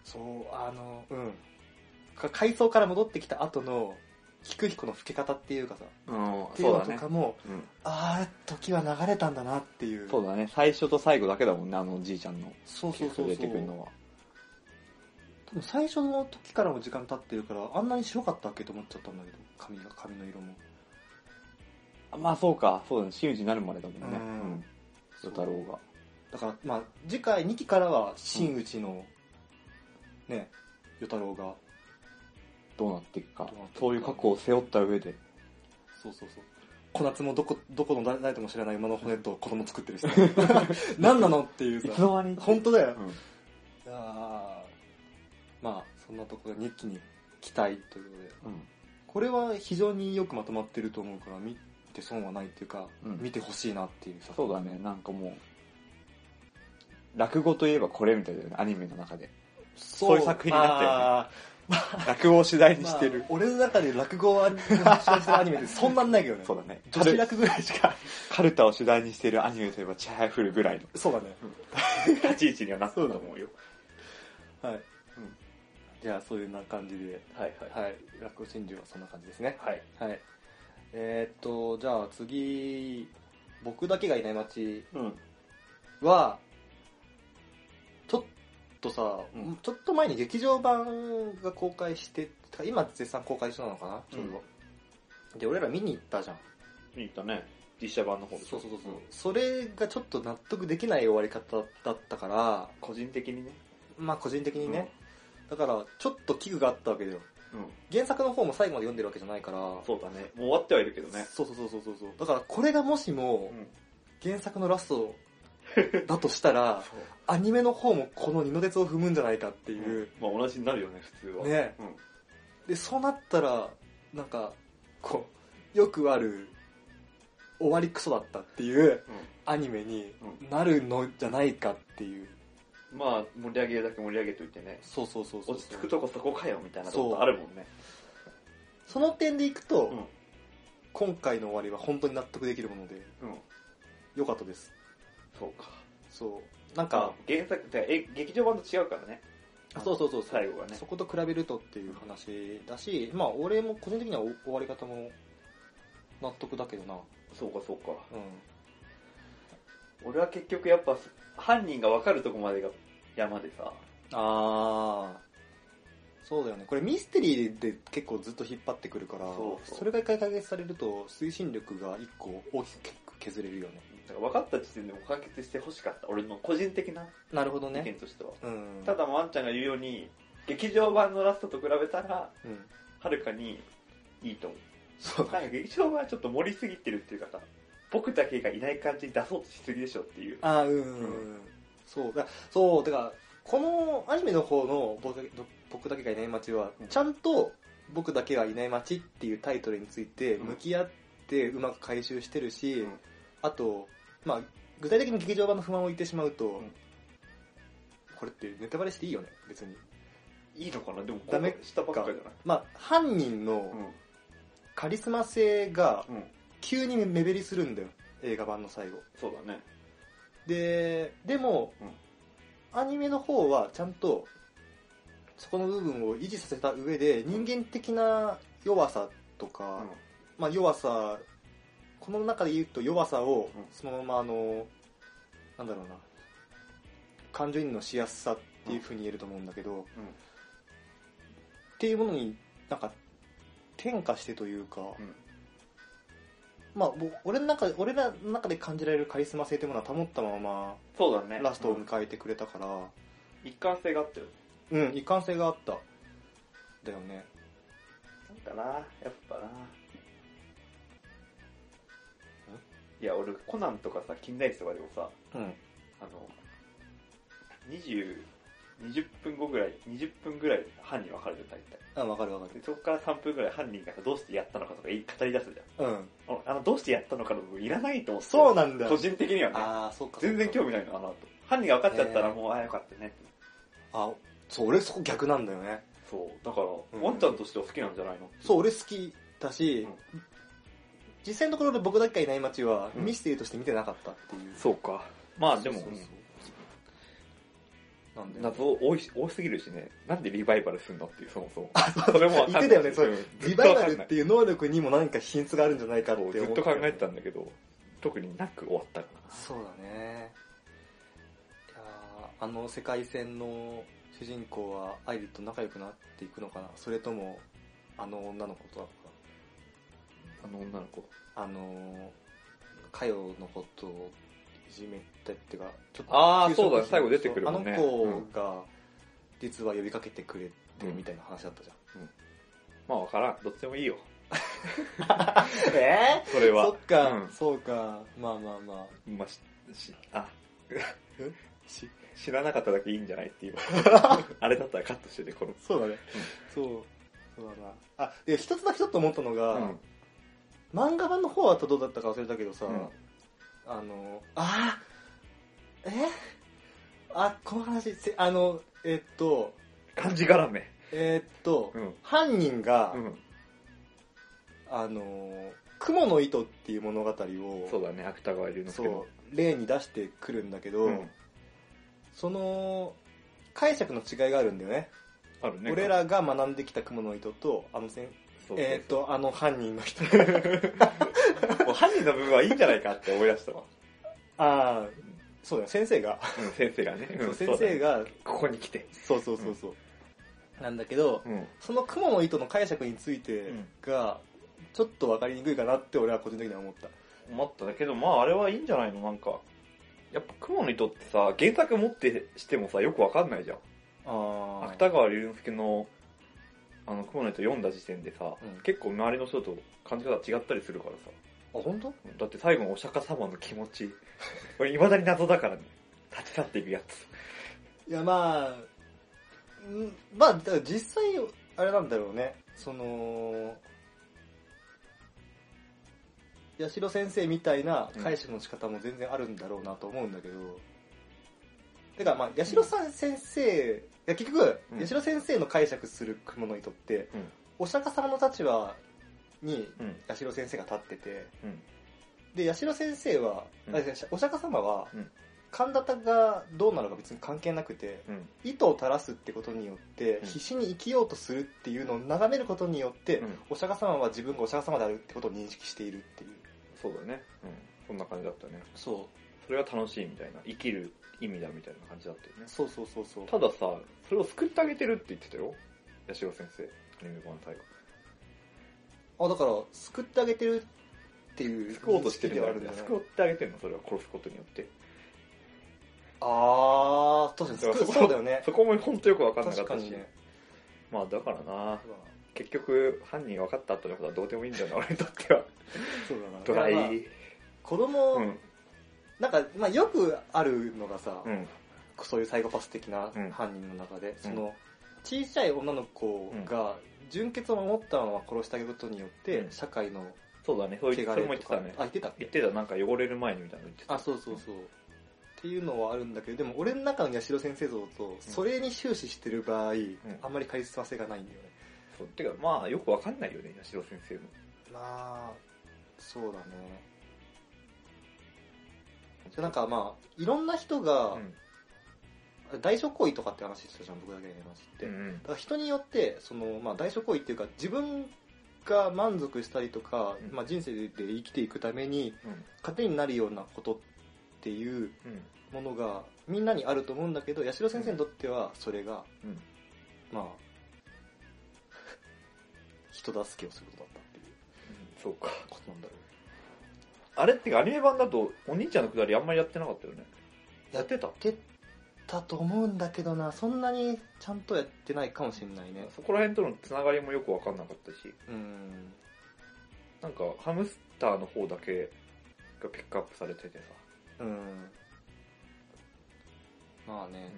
[SPEAKER 3] そう、あの、うん。か階層から戻ってきた後の、菊彦の老け方っていうかさ、
[SPEAKER 4] うん
[SPEAKER 3] っていう
[SPEAKER 4] そう
[SPEAKER 3] の
[SPEAKER 4] だ
[SPEAKER 3] と
[SPEAKER 4] ね
[SPEAKER 3] か。も、
[SPEAKER 4] うん。
[SPEAKER 3] ああ、時は流れたんだなっていう。
[SPEAKER 4] そうだね。最初と最後だけだもんね、あのおじいちゃんの。
[SPEAKER 3] そうそうそう
[SPEAKER 4] 出
[SPEAKER 3] そ
[SPEAKER 4] て
[SPEAKER 3] う。
[SPEAKER 4] くるのは。
[SPEAKER 3] 多分最初の時からも時間経ってるから、あんなに白かったっけと思っちゃったんだけど、髪が、髪の色も。
[SPEAKER 4] あまあそうか。そうだね。真打ちになるまでだもんね。
[SPEAKER 3] う
[SPEAKER 4] うんん。与太郎が。
[SPEAKER 3] だから、まあ、次回2期からは、真打ちの、ね、与太郎が
[SPEAKER 4] どうなっていくか
[SPEAKER 3] どうなっていく。か
[SPEAKER 4] そういう過去を背負った上で。
[SPEAKER 3] そうそうそう。小夏もどこ、どこの誰誰とも知らない馬の骨と子供作ってる しさ。何なのっていう
[SPEAKER 4] いつ
[SPEAKER 3] さ。
[SPEAKER 4] の間に
[SPEAKER 3] 本当だよ。
[SPEAKER 4] うん。
[SPEAKER 3] いやーまあ、そんなとこが日記に期待ということで。
[SPEAKER 4] うん。
[SPEAKER 3] これは非常によくまとまってると思うから、見て損はないっていうか、
[SPEAKER 4] うん
[SPEAKER 3] 見てほしいなっていうさ。
[SPEAKER 4] そうだね、なんかもう、落語といえばこれみたいだよね、アニメの中 で。
[SPEAKER 3] そ
[SPEAKER 4] そういう作品になったよね
[SPEAKER 3] あ
[SPEAKER 4] 落語を主題
[SPEAKER 3] ー
[SPEAKER 4] にしてる
[SPEAKER 3] まあ。俺の中で落語を主題にしてるアニメ ってそんなんないけどね。
[SPEAKER 4] そうだね。カ
[SPEAKER 3] 女子
[SPEAKER 4] ル
[SPEAKER 3] 落ぐらいしか。
[SPEAKER 4] カルタを主題にしてるアニメといえば、チャイフルぐらいの
[SPEAKER 3] そうだね。
[SPEAKER 4] 立ち位置にはなったと思うよ。
[SPEAKER 3] はい。
[SPEAKER 4] ん
[SPEAKER 3] じゃあ、そういうな感じで。
[SPEAKER 4] はいはい。
[SPEAKER 3] はい、落語真珠はそんな感じですね。
[SPEAKER 4] はい。
[SPEAKER 3] はい。えーっと、じゃあ次、僕だけがいない街
[SPEAKER 4] うん。
[SPEAKER 3] は、ちょっとさ、
[SPEAKER 4] うん
[SPEAKER 3] ちょっと前に劇場版が公開して、てか今絶賛公開中なのかなちょうど、で、俺ら見に行ったじゃん。
[SPEAKER 4] いいんだね。実写版の方でし
[SPEAKER 3] そ
[SPEAKER 4] ょ
[SPEAKER 3] うそうそうそう。それがちょっと納得できない終わり方だったから、
[SPEAKER 4] 個人的にね。
[SPEAKER 3] まあ個人的にね、だからちょっと危惧があったわけだよ。
[SPEAKER 4] うん。
[SPEAKER 3] 原作の方も最後まで読んでるわけじゃないから、
[SPEAKER 4] そうだね。もう終わってはいるけどね。
[SPEAKER 3] そうそうそうそうそうそう。だからこれがもしも
[SPEAKER 4] うん
[SPEAKER 3] 原作のラストだとした ら、アニメの方もこの二の鉄を踏むんじゃないかっていう。
[SPEAKER 4] まあ同じになるよね、普通は。
[SPEAKER 3] ね
[SPEAKER 4] うん。
[SPEAKER 3] で、そうなったら、なんか、こう、よくある、終わりクソだったっていうアニメになるのじゃないかっていう。
[SPEAKER 4] うん。まあ、盛り上げるだけ盛り上げといてね。
[SPEAKER 3] そうそうそうそう。
[SPEAKER 4] 落ち着くとこそこかよ、みたいなとこあるもんね。
[SPEAKER 3] その点でいくと、
[SPEAKER 4] うん
[SPEAKER 3] 今回の終わりは本当に納得できるもので、
[SPEAKER 4] うん。
[SPEAKER 3] 良かったです。
[SPEAKER 4] そうか。
[SPEAKER 3] そう。なん
[SPEAKER 4] か
[SPEAKER 3] か、
[SPEAKER 4] 原作てかえ劇場版と違うからね
[SPEAKER 3] あそうそうそうそう
[SPEAKER 4] 最後がね
[SPEAKER 3] そこと比べるとっていう話だし、まあ俺も個人的にはお終わり方も納得だけどな。
[SPEAKER 4] そうかそうか
[SPEAKER 3] うん。
[SPEAKER 4] 俺は結局やっぱ犯人が分かるとこまでが山でさ
[SPEAKER 3] ああそうだよねこれミステリーで結構ずっと引っ張ってくるから
[SPEAKER 4] そうそう
[SPEAKER 3] れが一回解決されると推進力が一個大きく削れるよね
[SPEAKER 4] だから分かった時点でもう解決してほしかった俺の個人的な
[SPEAKER 3] なるほど
[SPEAKER 4] 意見としては、
[SPEAKER 3] うん
[SPEAKER 4] ただワンちゃんが言うように劇場版のラストと比べたら
[SPEAKER 3] うん
[SPEAKER 4] はるかにいいと思う
[SPEAKER 3] そう
[SPEAKER 4] なんか劇場版はちょっと盛りすぎてるっていうかさ僕だけがいない感じに出そうとしすぎでしょっていう
[SPEAKER 3] あーうん、うん、そうだそうだからこのアニメの方の僕だ「僕だけがいない街」は
[SPEAKER 4] うん
[SPEAKER 3] ちゃんと「僕だけがいない街」っていうタイトルについて
[SPEAKER 4] うん
[SPEAKER 3] 向き合ってうまく回収してるし、
[SPEAKER 4] うん
[SPEAKER 3] あとまあ具体的に劇場版の不満を言ってしまうと、
[SPEAKER 4] ん
[SPEAKER 3] これってネタバレしていいよね別に
[SPEAKER 4] いいのかなでも
[SPEAKER 3] ダメ
[SPEAKER 4] したばっかじゃない
[SPEAKER 3] まあ犯人のカリスマ性が
[SPEAKER 4] うん、うん、
[SPEAKER 3] 急に目減りするんだよ映画版の最後
[SPEAKER 4] そうだね
[SPEAKER 3] ででも、アニメの方はちゃんとそこの部分を維持させた上で人間的な弱さとか、
[SPEAKER 4] うん
[SPEAKER 3] まあ、弱さこの中で言うと弱さを
[SPEAKER 4] うん
[SPEAKER 3] そのままあのなんだろうな感情移入のしやすさっていうふうに言えると思うんだけど、っていうものになんか転化してというか、
[SPEAKER 4] うん
[SPEAKER 3] まあ僕俺の中俺らの中で感じられるカリスマ性というものは保ったまま
[SPEAKER 4] そうだね
[SPEAKER 3] ラストを
[SPEAKER 4] うん
[SPEAKER 3] 迎えてくれたから、
[SPEAKER 4] 一貫性があったよ
[SPEAKER 3] うん、一貫性があった。だよね。
[SPEAKER 4] なんかなやっぱないや俺コナンとかさ近代史とかでもさ
[SPEAKER 3] うん。
[SPEAKER 4] あの 20, 20分後ぐらい20分ぐらい犯人分かるじゃん大体
[SPEAKER 3] あ、わかるわか
[SPEAKER 4] でそこから3分ぐらい犯人がどうしてやったのかとか言い語り出すじ
[SPEAKER 3] る。うん。
[SPEAKER 4] ゃんあのあのどうしてやったのかの部分いらないと思って
[SPEAKER 3] そうなんだよ
[SPEAKER 4] 個人的にはね
[SPEAKER 3] ああ、そうか。
[SPEAKER 4] 全然興
[SPEAKER 3] 味。
[SPEAKER 4] 味ないのあの後犯人が分かっちゃったら
[SPEAKER 3] えー
[SPEAKER 4] もう、ああよかったねって
[SPEAKER 3] あ、そう、俺そこ逆なんだよね。
[SPEAKER 4] そうだから、
[SPEAKER 3] うん
[SPEAKER 4] ワンちゃんとしては好きなんじゃないの
[SPEAKER 3] そう、俺好きだし、実際のところで僕だけがいない街は、
[SPEAKER 4] うん
[SPEAKER 3] ミステリーとして見てなかったっていう。
[SPEAKER 4] そうかまあでも
[SPEAKER 3] そうそうそうなんだよね。
[SPEAKER 4] 謎多いし多すぎるしねなんでリバイバルすんのっていうそもそもそれもわかんな
[SPEAKER 3] 言っ
[SPEAKER 4] い
[SPEAKER 3] てたよねそれ
[SPEAKER 4] うんず
[SPEAKER 3] リ
[SPEAKER 4] っと
[SPEAKER 3] バイ
[SPEAKER 4] わ
[SPEAKER 3] バ
[SPEAKER 4] かん
[SPEAKER 3] ル
[SPEAKER 4] ない
[SPEAKER 3] っていう能力にも何か品質があるんじゃないかって
[SPEAKER 4] そ
[SPEAKER 3] 思
[SPEAKER 4] うずっと考えてた
[SPEAKER 3] ん
[SPEAKER 4] んだけど特になく終わったか
[SPEAKER 3] そうだね。いやーあの世界線の主人公はアイリと仲良くなっていくのかなそれとも、あの女の子とは
[SPEAKER 4] なあの女の子
[SPEAKER 3] あのー、かよのことをいじめたりっていうか、ちょっ
[SPEAKER 4] あー
[SPEAKER 3] 給食費
[SPEAKER 4] そうだ最後出てくるもんね
[SPEAKER 3] あの子が、実は呼びかけてくれてるみたいな話だったじゃん。
[SPEAKER 4] まあわからんどっちでもいいよ
[SPEAKER 3] え
[SPEAKER 4] それは
[SPEAKER 3] そっか、
[SPEAKER 4] うん
[SPEAKER 3] そうか、まあまあまあ。
[SPEAKER 4] まあしし あ
[SPEAKER 3] し
[SPEAKER 4] 知らなかっただけいいんじゃないっていう あれだったらカットしててこの
[SPEAKER 3] そうだね。そう。そうだな。あ、で、一つだけちょっと思ったのが、
[SPEAKER 4] うん
[SPEAKER 3] 漫画版の方はどうだったか忘れたけどさ、
[SPEAKER 4] うん
[SPEAKER 3] あの、あーえあ、この話、せあの、えっと、
[SPEAKER 4] 漢字絡め
[SPEAKER 3] えっと、
[SPEAKER 4] うん
[SPEAKER 3] 犯人が、
[SPEAKER 4] うん
[SPEAKER 3] あの、雲の糸っていう物語を、
[SPEAKER 4] そうだね芥川龍之
[SPEAKER 3] そ
[SPEAKER 4] 介の
[SPEAKER 3] う例に出してくるんだけど、
[SPEAKER 4] うん
[SPEAKER 3] その、解釈の違いがあるんだよね。
[SPEAKER 4] あるね
[SPEAKER 3] 俺らが学んできた雲の糸と、あのせん、
[SPEAKER 4] そうそうそう
[SPEAKER 3] えーっと、あの犯人の 人。
[SPEAKER 4] もう犯人の部分はいいんじゃないかって思い出したわ、
[SPEAKER 3] ああ、そうだよ、先生が。
[SPEAKER 4] うん、先生がね、うん
[SPEAKER 3] 先生が、
[SPEAKER 4] ここに来て。
[SPEAKER 3] そうそうそうそう。なんだけど、
[SPEAKER 4] うん。
[SPEAKER 3] その雲の糸の解釈についてが、ちょっとわかりにくいかなって俺は個人的には思った。
[SPEAKER 4] 思ったけど、まああれはいいんじゃないのなんか。やっぱ雲の糸ってさ、原作持ってしてもさ、よくわかんないじゃん。
[SPEAKER 3] あ
[SPEAKER 4] 芥川龍之介の、あの、雲の糸読んだ時点でさ、
[SPEAKER 3] うん
[SPEAKER 4] 結構周りの人と感じ方違ったりするからさ。
[SPEAKER 3] あ、本当？
[SPEAKER 4] だって最後のお釈迦様の気持ち、 俺未だに謎だからね。立ち去っていくやつ。
[SPEAKER 3] いや、まあ、んまあ、だから実際、あれなんだろうね。その、八代先生みたいな解釈の仕方も全然あるんだろうなと思うんだけど、てか、まあ、八代さん先生、いや、結局、
[SPEAKER 4] うん
[SPEAKER 3] 八代先生の解釈する雲の糸って、
[SPEAKER 4] うん
[SPEAKER 3] お釈迦様の立場に
[SPEAKER 4] うん。
[SPEAKER 3] 八代先生が立ってて、
[SPEAKER 4] うん。
[SPEAKER 3] で、八代先生は、
[SPEAKER 4] うん
[SPEAKER 3] あ違うお釈迦様は、
[SPEAKER 4] うん
[SPEAKER 3] 神田がどうなのか別に関係なくて、
[SPEAKER 4] うん。
[SPEAKER 3] 糸を垂らすってことによって、
[SPEAKER 4] うん
[SPEAKER 3] 必死に生きようとするっていうのを眺めることによって、
[SPEAKER 4] うん
[SPEAKER 3] お釈迦様は自分がお釈迦様であるってことを認識しているっていう。
[SPEAKER 4] そうだね。うん。そんな感じだったね。
[SPEAKER 3] そ
[SPEAKER 4] それが楽しいみたいな生きる意味だみたいな感じだったよね
[SPEAKER 3] そうそうそうそう
[SPEAKER 4] たださそれを救ってあげてるって言ってたよ八代先生アニメ版最後
[SPEAKER 3] あだから救ってあげてるっていう
[SPEAKER 4] 救おうとしてるん
[SPEAKER 3] で
[SPEAKER 4] だ
[SPEAKER 3] はあ
[SPEAKER 4] よ
[SPEAKER 3] るんだよね
[SPEAKER 4] 救ってあげてるのそれは殺すことによって
[SPEAKER 3] あー確かに救うそうだよね
[SPEAKER 4] そこも本当よく分かんなか
[SPEAKER 3] 確
[SPEAKER 4] っ
[SPEAKER 3] か
[SPEAKER 4] たし
[SPEAKER 3] にね
[SPEAKER 4] まあだから
[SPEAKER 3] そ
[SPEAKER 4] な
[SPEAKER 3] うだな
[SPEAKER 4] 結局犯人分かった後のことはどうでもいいんだよな俺にとっては
[SPEAKER 3] そうだな
[SPEAKER 4] ドライ
[SPEAKER 3] だからまあ子供、
[SPEAKER 4] うん
[SPEAKER 3] なんか、まあ、よくあるのがさ、
[SPEAKER 4] うん
[SPEAKER 3] そういうサイコパス的な
[SPEAKER 4] うん
[SPEAKER 3] 犯人の中で、その小さい女の子が純潔を守ったまま殺してあげることによって、
[SPEAKER 4] うん
[SPEAKER 3] 社会の
[SPEAKER 4] そうだねそう
[SPEAKER 3] 汚
[SPEAKER 4] い
[SPEAKER 3] れ
[SPEAKER 4] うそれも言っ
[SPEAKER 3] と
[SPEAKER 4] て
[SPEAKER 3] か
[SPEAKER 4] たね
[SPEAKER 3] あ言ってたっ
[SPEAKER 4] 言っ
[SPEAKER 3] け
[SPEAKER 4] てたなんか汚れる前にみたいなの言ってた
[SPEAKER 3] あそうそうそう、っていうのはあるんだけどでも俺の中の八代先生像とそれに終始してる場合、あんまりカリスマ性がないんだよね
[SPEAKER 4] そうてかまあよく分かんないよね八代先生も
[SPEAKER 3] まあそうだねでなんかまあいろんな人が
[SPEAKER 4] うん
[SPEAKER 3] 大所行為とかって話してたじゃん僕だけの話って、
[SPEAKER 4] うんう
[SPEAKER 3] だ
[SPEAKER 4] ん
[SPEAKER 3] から人によってその、まあ、代償行為っていうか自分が満足したりとか、
[SPEAKER 4] うん
[SPEAKER 3] まあ、人生で生きていくために
[SPEAKER 4] うん
[SPEAKER 3] 糧になるようなことっていう
[SPEAKER 4] うん
[SPEAKER 3] ものがみんなにあると思うんだけど八代先生にとってはそれが、
[SPEAKER 4] うん
[SPEAKER 3] まあ 人助けをすることだったっていう
[SPEAKER 4] そうか
[SPEAKER 3] ことなんだろ
[SPEAKER 4] あれってかアニメ版だとお兄ちゃんのくだりあんまりやってなかったよね
[SPEAKER 3] う
[SPEAKER 4] やってた
[SPEAKER 3] やってたと思うんだけどなそんなにちゃんとやってないかもしれないね
[SPEAKER 4] そこら辺とのつながりもよく分かんなかったし
[SPEAKER 3] うん
[SPEAKER 4] なんかハムスターの方だけがピックアップされててさ、
[SPEAKER 3] うんまあね、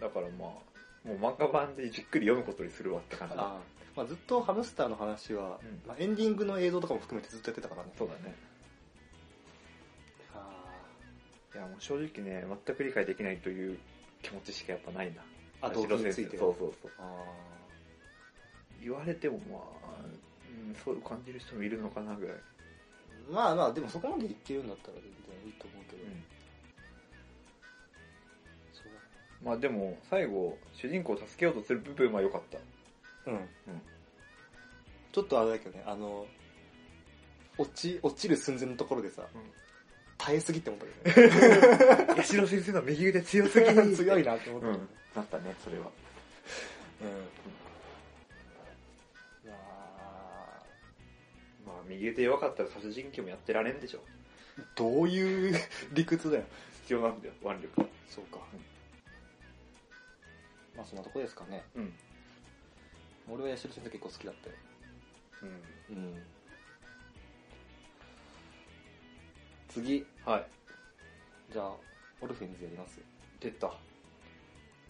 [SPEAKER 4] だからまあもう漫画版でじっくり読むことにするわって感じだ
[SPEAKER 3] あまあ、ずっとハムスターの話は、
[SPEAKER 4] うん
[SPEAKER 3] まあ、エンディングの映像とかも含めてずっとやってたからね。
[SPEAKER 4] そうだね
[SPEAKER 3] あ
[SPEAKER 4] いやもう正直ね全く理解できないという気持ちしかやっぱないな
[SPEAKER 3] あ、動機について
[SPEAKER 4] そ
[SPEAKER 3] は
[SPEAKER 4] う。そうそう
[SPEAKER 3] あ
[SPEAKER 4] 言われてもまあ、うん、そう感じる人もいるのかなぐらい、
[SPEAKER 3] ーまあまあ、でもそこまでいけるんだったら全然いいと思うけど。そう
[SPEAKER 4] まあでも最後主人公を助けようとする部分は良かった
[SPEAKER 3] だねうん。ちょっとあれだけどね、あの、落ち、落ちる寸前のところでさ、
[SPEAKER 4] うん
[SPEAKER 3] 耐えすぎって思ったけ
[SPEAKER 4] 八代先生の右腕 強すぎ
[SPEAKER 3] どね。強いなって思った
[SPEAKER 4] う
[SPEAKER 3] けど
[SPEAKER 4] んなったねそれは
[SPEAKER 3] ね。うん。いや
[SPEAKER 4] まあ右腕弱かったら殺人鬼もやってられんでしょ
[SPEAKER 3] ーどういう 理屈だよ。
[SPEAKER 4] 必要なんだよ腕力は
[SPEAKER 3] そうか
[SPEAKER 4] うん。
[SPEAKER 3] まあそんなとこですかね。
[SPEAKER 4] うん
[SPEAKER 3] 俺は八代先生結構好きだったよ。
[SPEAKER 4] うん
[SPEAKER 3] うん。次、
[SPEAKER 4] はい
[SPEAKER 3] じゃあ、オルフェンズやります。
[SPEAKER 4] 出た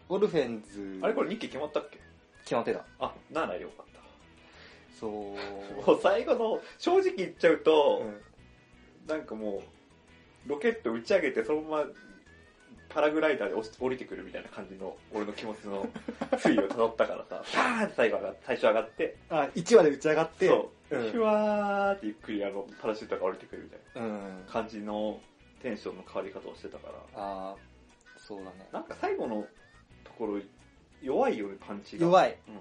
[SPEAKER 3] オルフェンズ、
[SPEAKER 4] あれこれ2期決まったっけ
[SPEAKER 3] 決まってた。
[SPEAKER 4] あならよかった
[SPEAKER 3] そう。
[SPEAKER 4] もう最後の正直言っちゃうと、
[SPEAKER 3] うん
[SPEAKER 4] なんかもうロケット打ち上げてそのままパラグライダーで落ち降りてくるみたいな感じの俺の気持ち の推移を辿ったからさパーンって最後上が最初上がって
[SPEAKER 3] あ、1話で打ち上がって、
[SPEAKER 4] そう、
[SPEAKER 3] うん
[SPEAKER 4] シュワーってゆっくりあのパラシュートが降りてくるみたいな
[SPEAKER 3] うん。
[SPEAKER 4] 感じのテンションの変わり方をしてたから
[SPEAKER 3] あーそうだね。
[SPEAKER 4] なんか最後のところ弱いよねパンチが
[SPEAKER 3] 弱い。っ
[SPEAKER 4] うん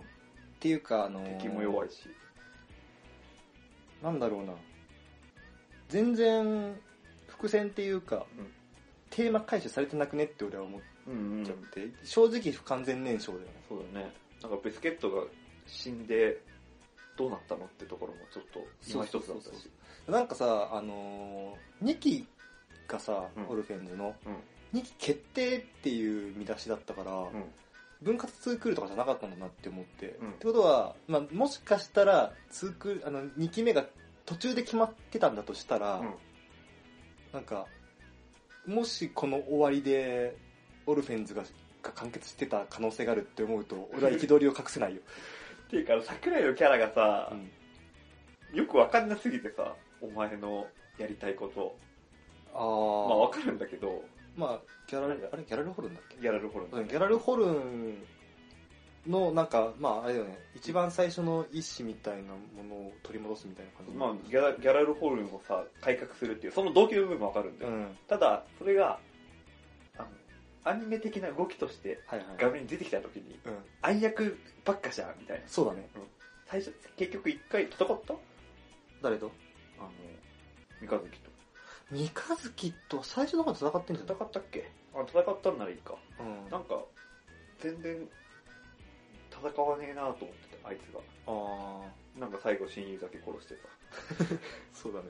[SPEAKER 3] ていうか、あの
[SPEAKER 4] 敵も弱
[SPEAKER 3] い。
[SPEAKER 4] いし
[SPEAKER 3] なんだろうな。全然、伏線っていうか、
[SPEAKER 4] うん
[SPEAKER 3] テーマ回収されてなくねって俺は思っ
[SPEAKER 4] うん
[SPEAKER 3] ちゃって、正直不完全燃焼だよね。
[SPEAKER 4] そうだねなんかビスケットが死んでどうなったのってところもちょっと今一つだった
[SPEAKER 3] そうそうそうそ
[SPEAKER 4] し
[SPEAKER 3] うなんかさ、あのー、2期がさ、
[SPEAKER 4] うん
[SPEAKER 3] オルフェンズの、
[SPEAKER 4] うん
[SPEAKER 3] 2期決定っていう見出しだったから、
[SPEAKER 4] うん
[SPEAKER 3] 分割2クールとかじゃなかったんだなって思って。
[SPEAKER 4] うん
[SPEAKER 3] ってことは、まあ、もしかしたら、ツークール、あの、2期目が途中で決まってたんだとしたら、
[SPEAKER 4] うん
[SPEAKER 3] なんか、もしこの終わりで、オルフェンズが、が完結してた可能性があるって思うと、俺は憤りを隠せないよ。
[SPEAKER 4] っていうか、桜井のキャラがさ
[SPEAKER 3] う、ん
[SPEAKER 4] よくわかんなすぎてさ、お前のやりたいこと。
[SPEAKER 3] あ
[SPEAKER 4] まあわ
[SPEAKER 3] ー、
[SPEAKER 4] かるんだけど、
[SPEAKER 3] まあ、ギャラル、あれギャラルホルンだっけ
[SPEAKER 4] ギャラルホルン。
[SPEAKER 3] うんギャラルホルンのなんかまああれだよね一番最初の一子みたいなものを取り戻すみたいな感じ
[SPEAKER 4] まあギャラ、ギャラルホルンをさ、改革するっていう、その動機の部分もわかるんだ
[SPEAKER 3] う
[SPEAKER 4] よ。
[SPEAKER 3] ん
[SPEAKER 4] ただ、それが、あの、アニメ的な動きとして、
[SPEAKER 3] はいはい
[SPEAKER 4] 画面に出てきた時に、
[SPEAKER 3] うん
[SPEAKER 4] 暗躍ばっかじゃん、みたいな。
[SPEAKER 3] そうだね
[SPEAKER 4] 最初、結局一回戦ったあ
[SPEAKER 3] 誰と
[SPEAKER 4] の、三日月と。
[SPEAKER 3] 三日月と最初の方で戦ってんじゃん。
[SPEAKER 5] 戦ったっけあ、戦ったんならいいか。
[SPEAKER 3] うん。
[SPEAKER 5] な
[SPEAKER 3] あ
[SPEAKER 5] んか、全然、戦わねえなと思ってた、あいつが。
[SPEAKER 3] あ、
[SPEAKER 5] なんか最後親友だけ殺してさ。
[SPEAKER 3] そうだね。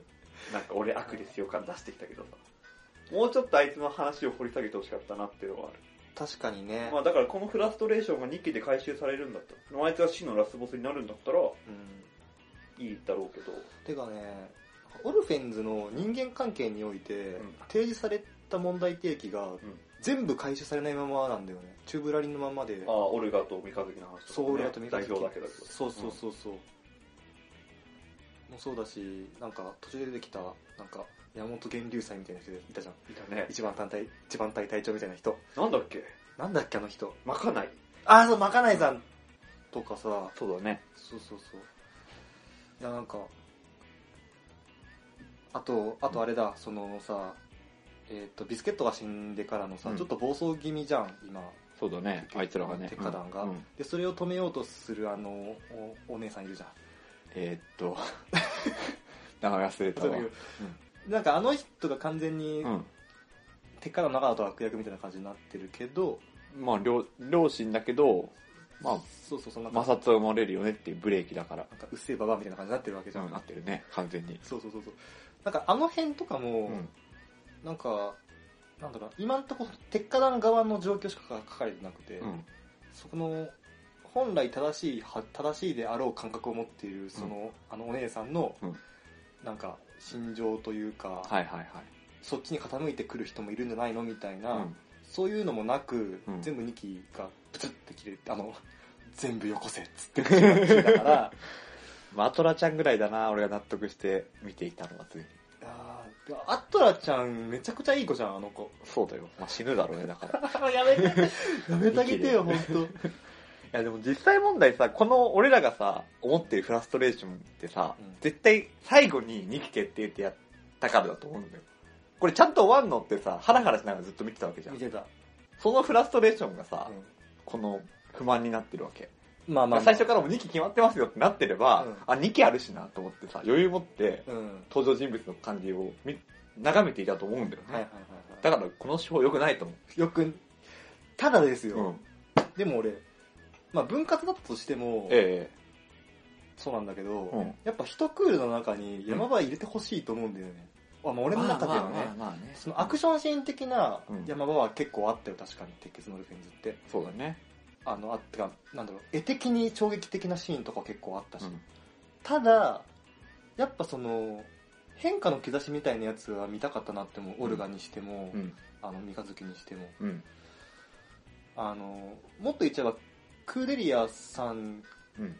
[SPEAKER 5] なんか俺悪ですよ感出してきたけどさ。もうちょっとあいつの話を掘り下げてほしかったなっていうのはある。
[SPEAKER 3] 確かにね。
[SPEAKER 5] まあだからこのフラストレーションが2期で回収されるんだったら、あいつが真のラスボスになるんだったら、
[SPEAKER 3] うん。
[SPEAKER 5] いいだろうけど。
[SPEAKER 3] てかね、オルフェンズの人間関係において、
[SPEAKER 5] ん
[SPEAKER 3] 提示された問題提起が、
[SPEAKER 5] ん
[SPEAKER 3] 全部回収されないままなんだよね。チューブラリンのままで
[SPEAKER 5] あ。あ、オルガと三日月の話とか、ね。
[SPEAKER 3] ソウルアートミカ
[SPEAKER 5] 代表だけだけど。
[SPEAKER 3] そうそうそうそう。もうそうだし、なんか途中で出てきた、なんか山本源流祭みたいな人いたじゃん。
[SPEAKER 5] うん。いたね。
[SPEAKER 3] 一番単体、一番隊隊長みたいな人。
[SPEAKER 5] なんだっけ
[SPEAKER 3] なんだっけあの人。
[SPEAKER 5] まかない。
[SPEAKER 3] あー、そう、まかないさんとかさ、
[SPEAKER 5] そうだね。
[SPEAKER 3] そうそうそう。いや、なんか、あと、あとあれだ、そのさ、えっ、と、ビスケットが死んでからのさ、
[SPEAKER 4] うん
[SPEAKER 3] ちょっと暴走気味じゃん、今。
[SPEAKER 4] そうだね。あいつらがね。
[SPEAKER 3] 鉄火団が
[SPEAKER 4] うんうん
[SPEAKER 3] で、それを止めようとする、あの、おお姉さんいるじゃん。
[SPEAKER 4] えーっと、 名前忘れたわ。
[SPEAKER 3] なんかあの人が完全に
[SPEAKER 4] う、ん。
[SPEAKER 3] 鉄火団の中だと悪役みたいな感じになってるけど、
[SPEAKER 4] まあ、両、両親だけど、まあ、
[SPEAKER 3] そうそうそう、なんか、
[SPEAKER 4] 摩擦は生まれるよねっていうブレーキだから。
[SPEAKER 3] なんかうっせえババアみたいな感じになってるわけじゃん。
[SPEAKER 4] なってるね、完全に。
[SPEAKER 3] そうそうそうそう。なんかあの辺とか
[SPEAKER 4] う
[SPEAKER 3] も、
[SPEAKER 4] ん。
[SPEAKER 3] なんか、なんだろう、今んところ鉄火団側の状況しか書かれてなくて、
[SPEAKER 4] うん。
[SPEAKER 3] そこの、本来正しいは、正しいであろう感覚を持っている、その、あのお姉さんの、
[SPEAKER 4] うん
[SPEAKER 3] なんか、心情というか、
[SPEAKER 4] はいはいはい。
[SPEAKER 3] そっちに傾いてくる人もいるんじゃないのみたいうな、
[SPEAKER 4] ん。
[SPEAKER 3] そういうのもなく、
[SPEAKER 4] うん
[SPEAKER 3] 全部2期がプツって切れて、あの、 全部よこせっつって切れ たから、
[SPEAKER 4] まあ、アトラちゃんぐらいだな、俺が納得して見ていたのはついに。
[SPEAKER 3] あーでアトラちゃんめちゃくちゃいい子じゃん、あの子。
[SPEAKER 4] そうだよ。まあ、死ぬだろうね、だから。い
[SPEAKER 3] やめて、 やめてあげてよ、ほんと。
[SPEAKER 4] や、でも実際問題さ、この俺らがさ、思ってるフラストレーションってさ、
[SPEAKER 3] うん
[SPEAKER 4] 絶対最後に2期決定ってやったからだと思うんだよ。これちゃんと終わんのってさ、ハラハラしながらずっと見てたわけじ ゃ
[SPEAKER 3] 見
[SPEAKER 4] ん。
[SPEAKER 3] てた。
[SPEAKER 4] そのフラストレーションがさ、
[SPEAKER 3] うん
[SPEAKER 4] この不満になってるわけ。
[SPEAKER 3] まあまあ、
[SPEAKER 4] 最初からもう2期決まってますよってなってれば、
[SPEAKER 3] うん
[SPEAKER 4] あ、2期あるしなと思ってさ、余裕持って
[SPEAKER 3] うん。はい
[SPEAKER 4] 登場人物の感じを見眺めていたと思うんだよね。
[SPEAKER 3] はいはい
[SPEAKER 4] だからこの手法良くないと思
[SPEAKER 3] い。よく、ただです
[SPEAKER 4] う。う
[SPEAKER 3] よ。
[SPEAKER 4] ん。
[SPEAKER 3] でも俺、まあ分割だったとしても、
[SPEAKER 4] え
[SPEAKER 3] そうなんだけ
[SPEAKER 4] え
[SPEAKER 3] ど、
[SPEAKER 4] うん。
[SPEAKER 3] やっぱ一クールの中に山場入れてほしいと思うんだよね。あ、まあ俺の中では
[SPEAKER 4] まあまあ
[SPEAKER 3] ね。
[SPEAKER 4] まあまあね。
[SPEAKER 3] そのアクションシーン的な
[SPEAKER 4] うん
[SPEAKER 3] 山場は結構あったよ、確かに、鉄血のルフェンズって。
[SPEAKER 4] そうだね。
[SPEAKER 3] あの、あってか、なんだろう、絵的に衝撃的なシーンとか結構あったし
[SPEAKER 4] う。ん。
[SPEAKER 3] ただ、やっぱその、変化の兆しみたいなやつは見たかったなっても、オルガにしても、
[SPEAKER 4] うん。
[SPEAKER 3] あの、三日月にしても。
[SPEAKER 4] うん。
[SPEAKER 3] あの、もっと言っちゃえば、クーデリアさん
[SPEAKER 4] うん。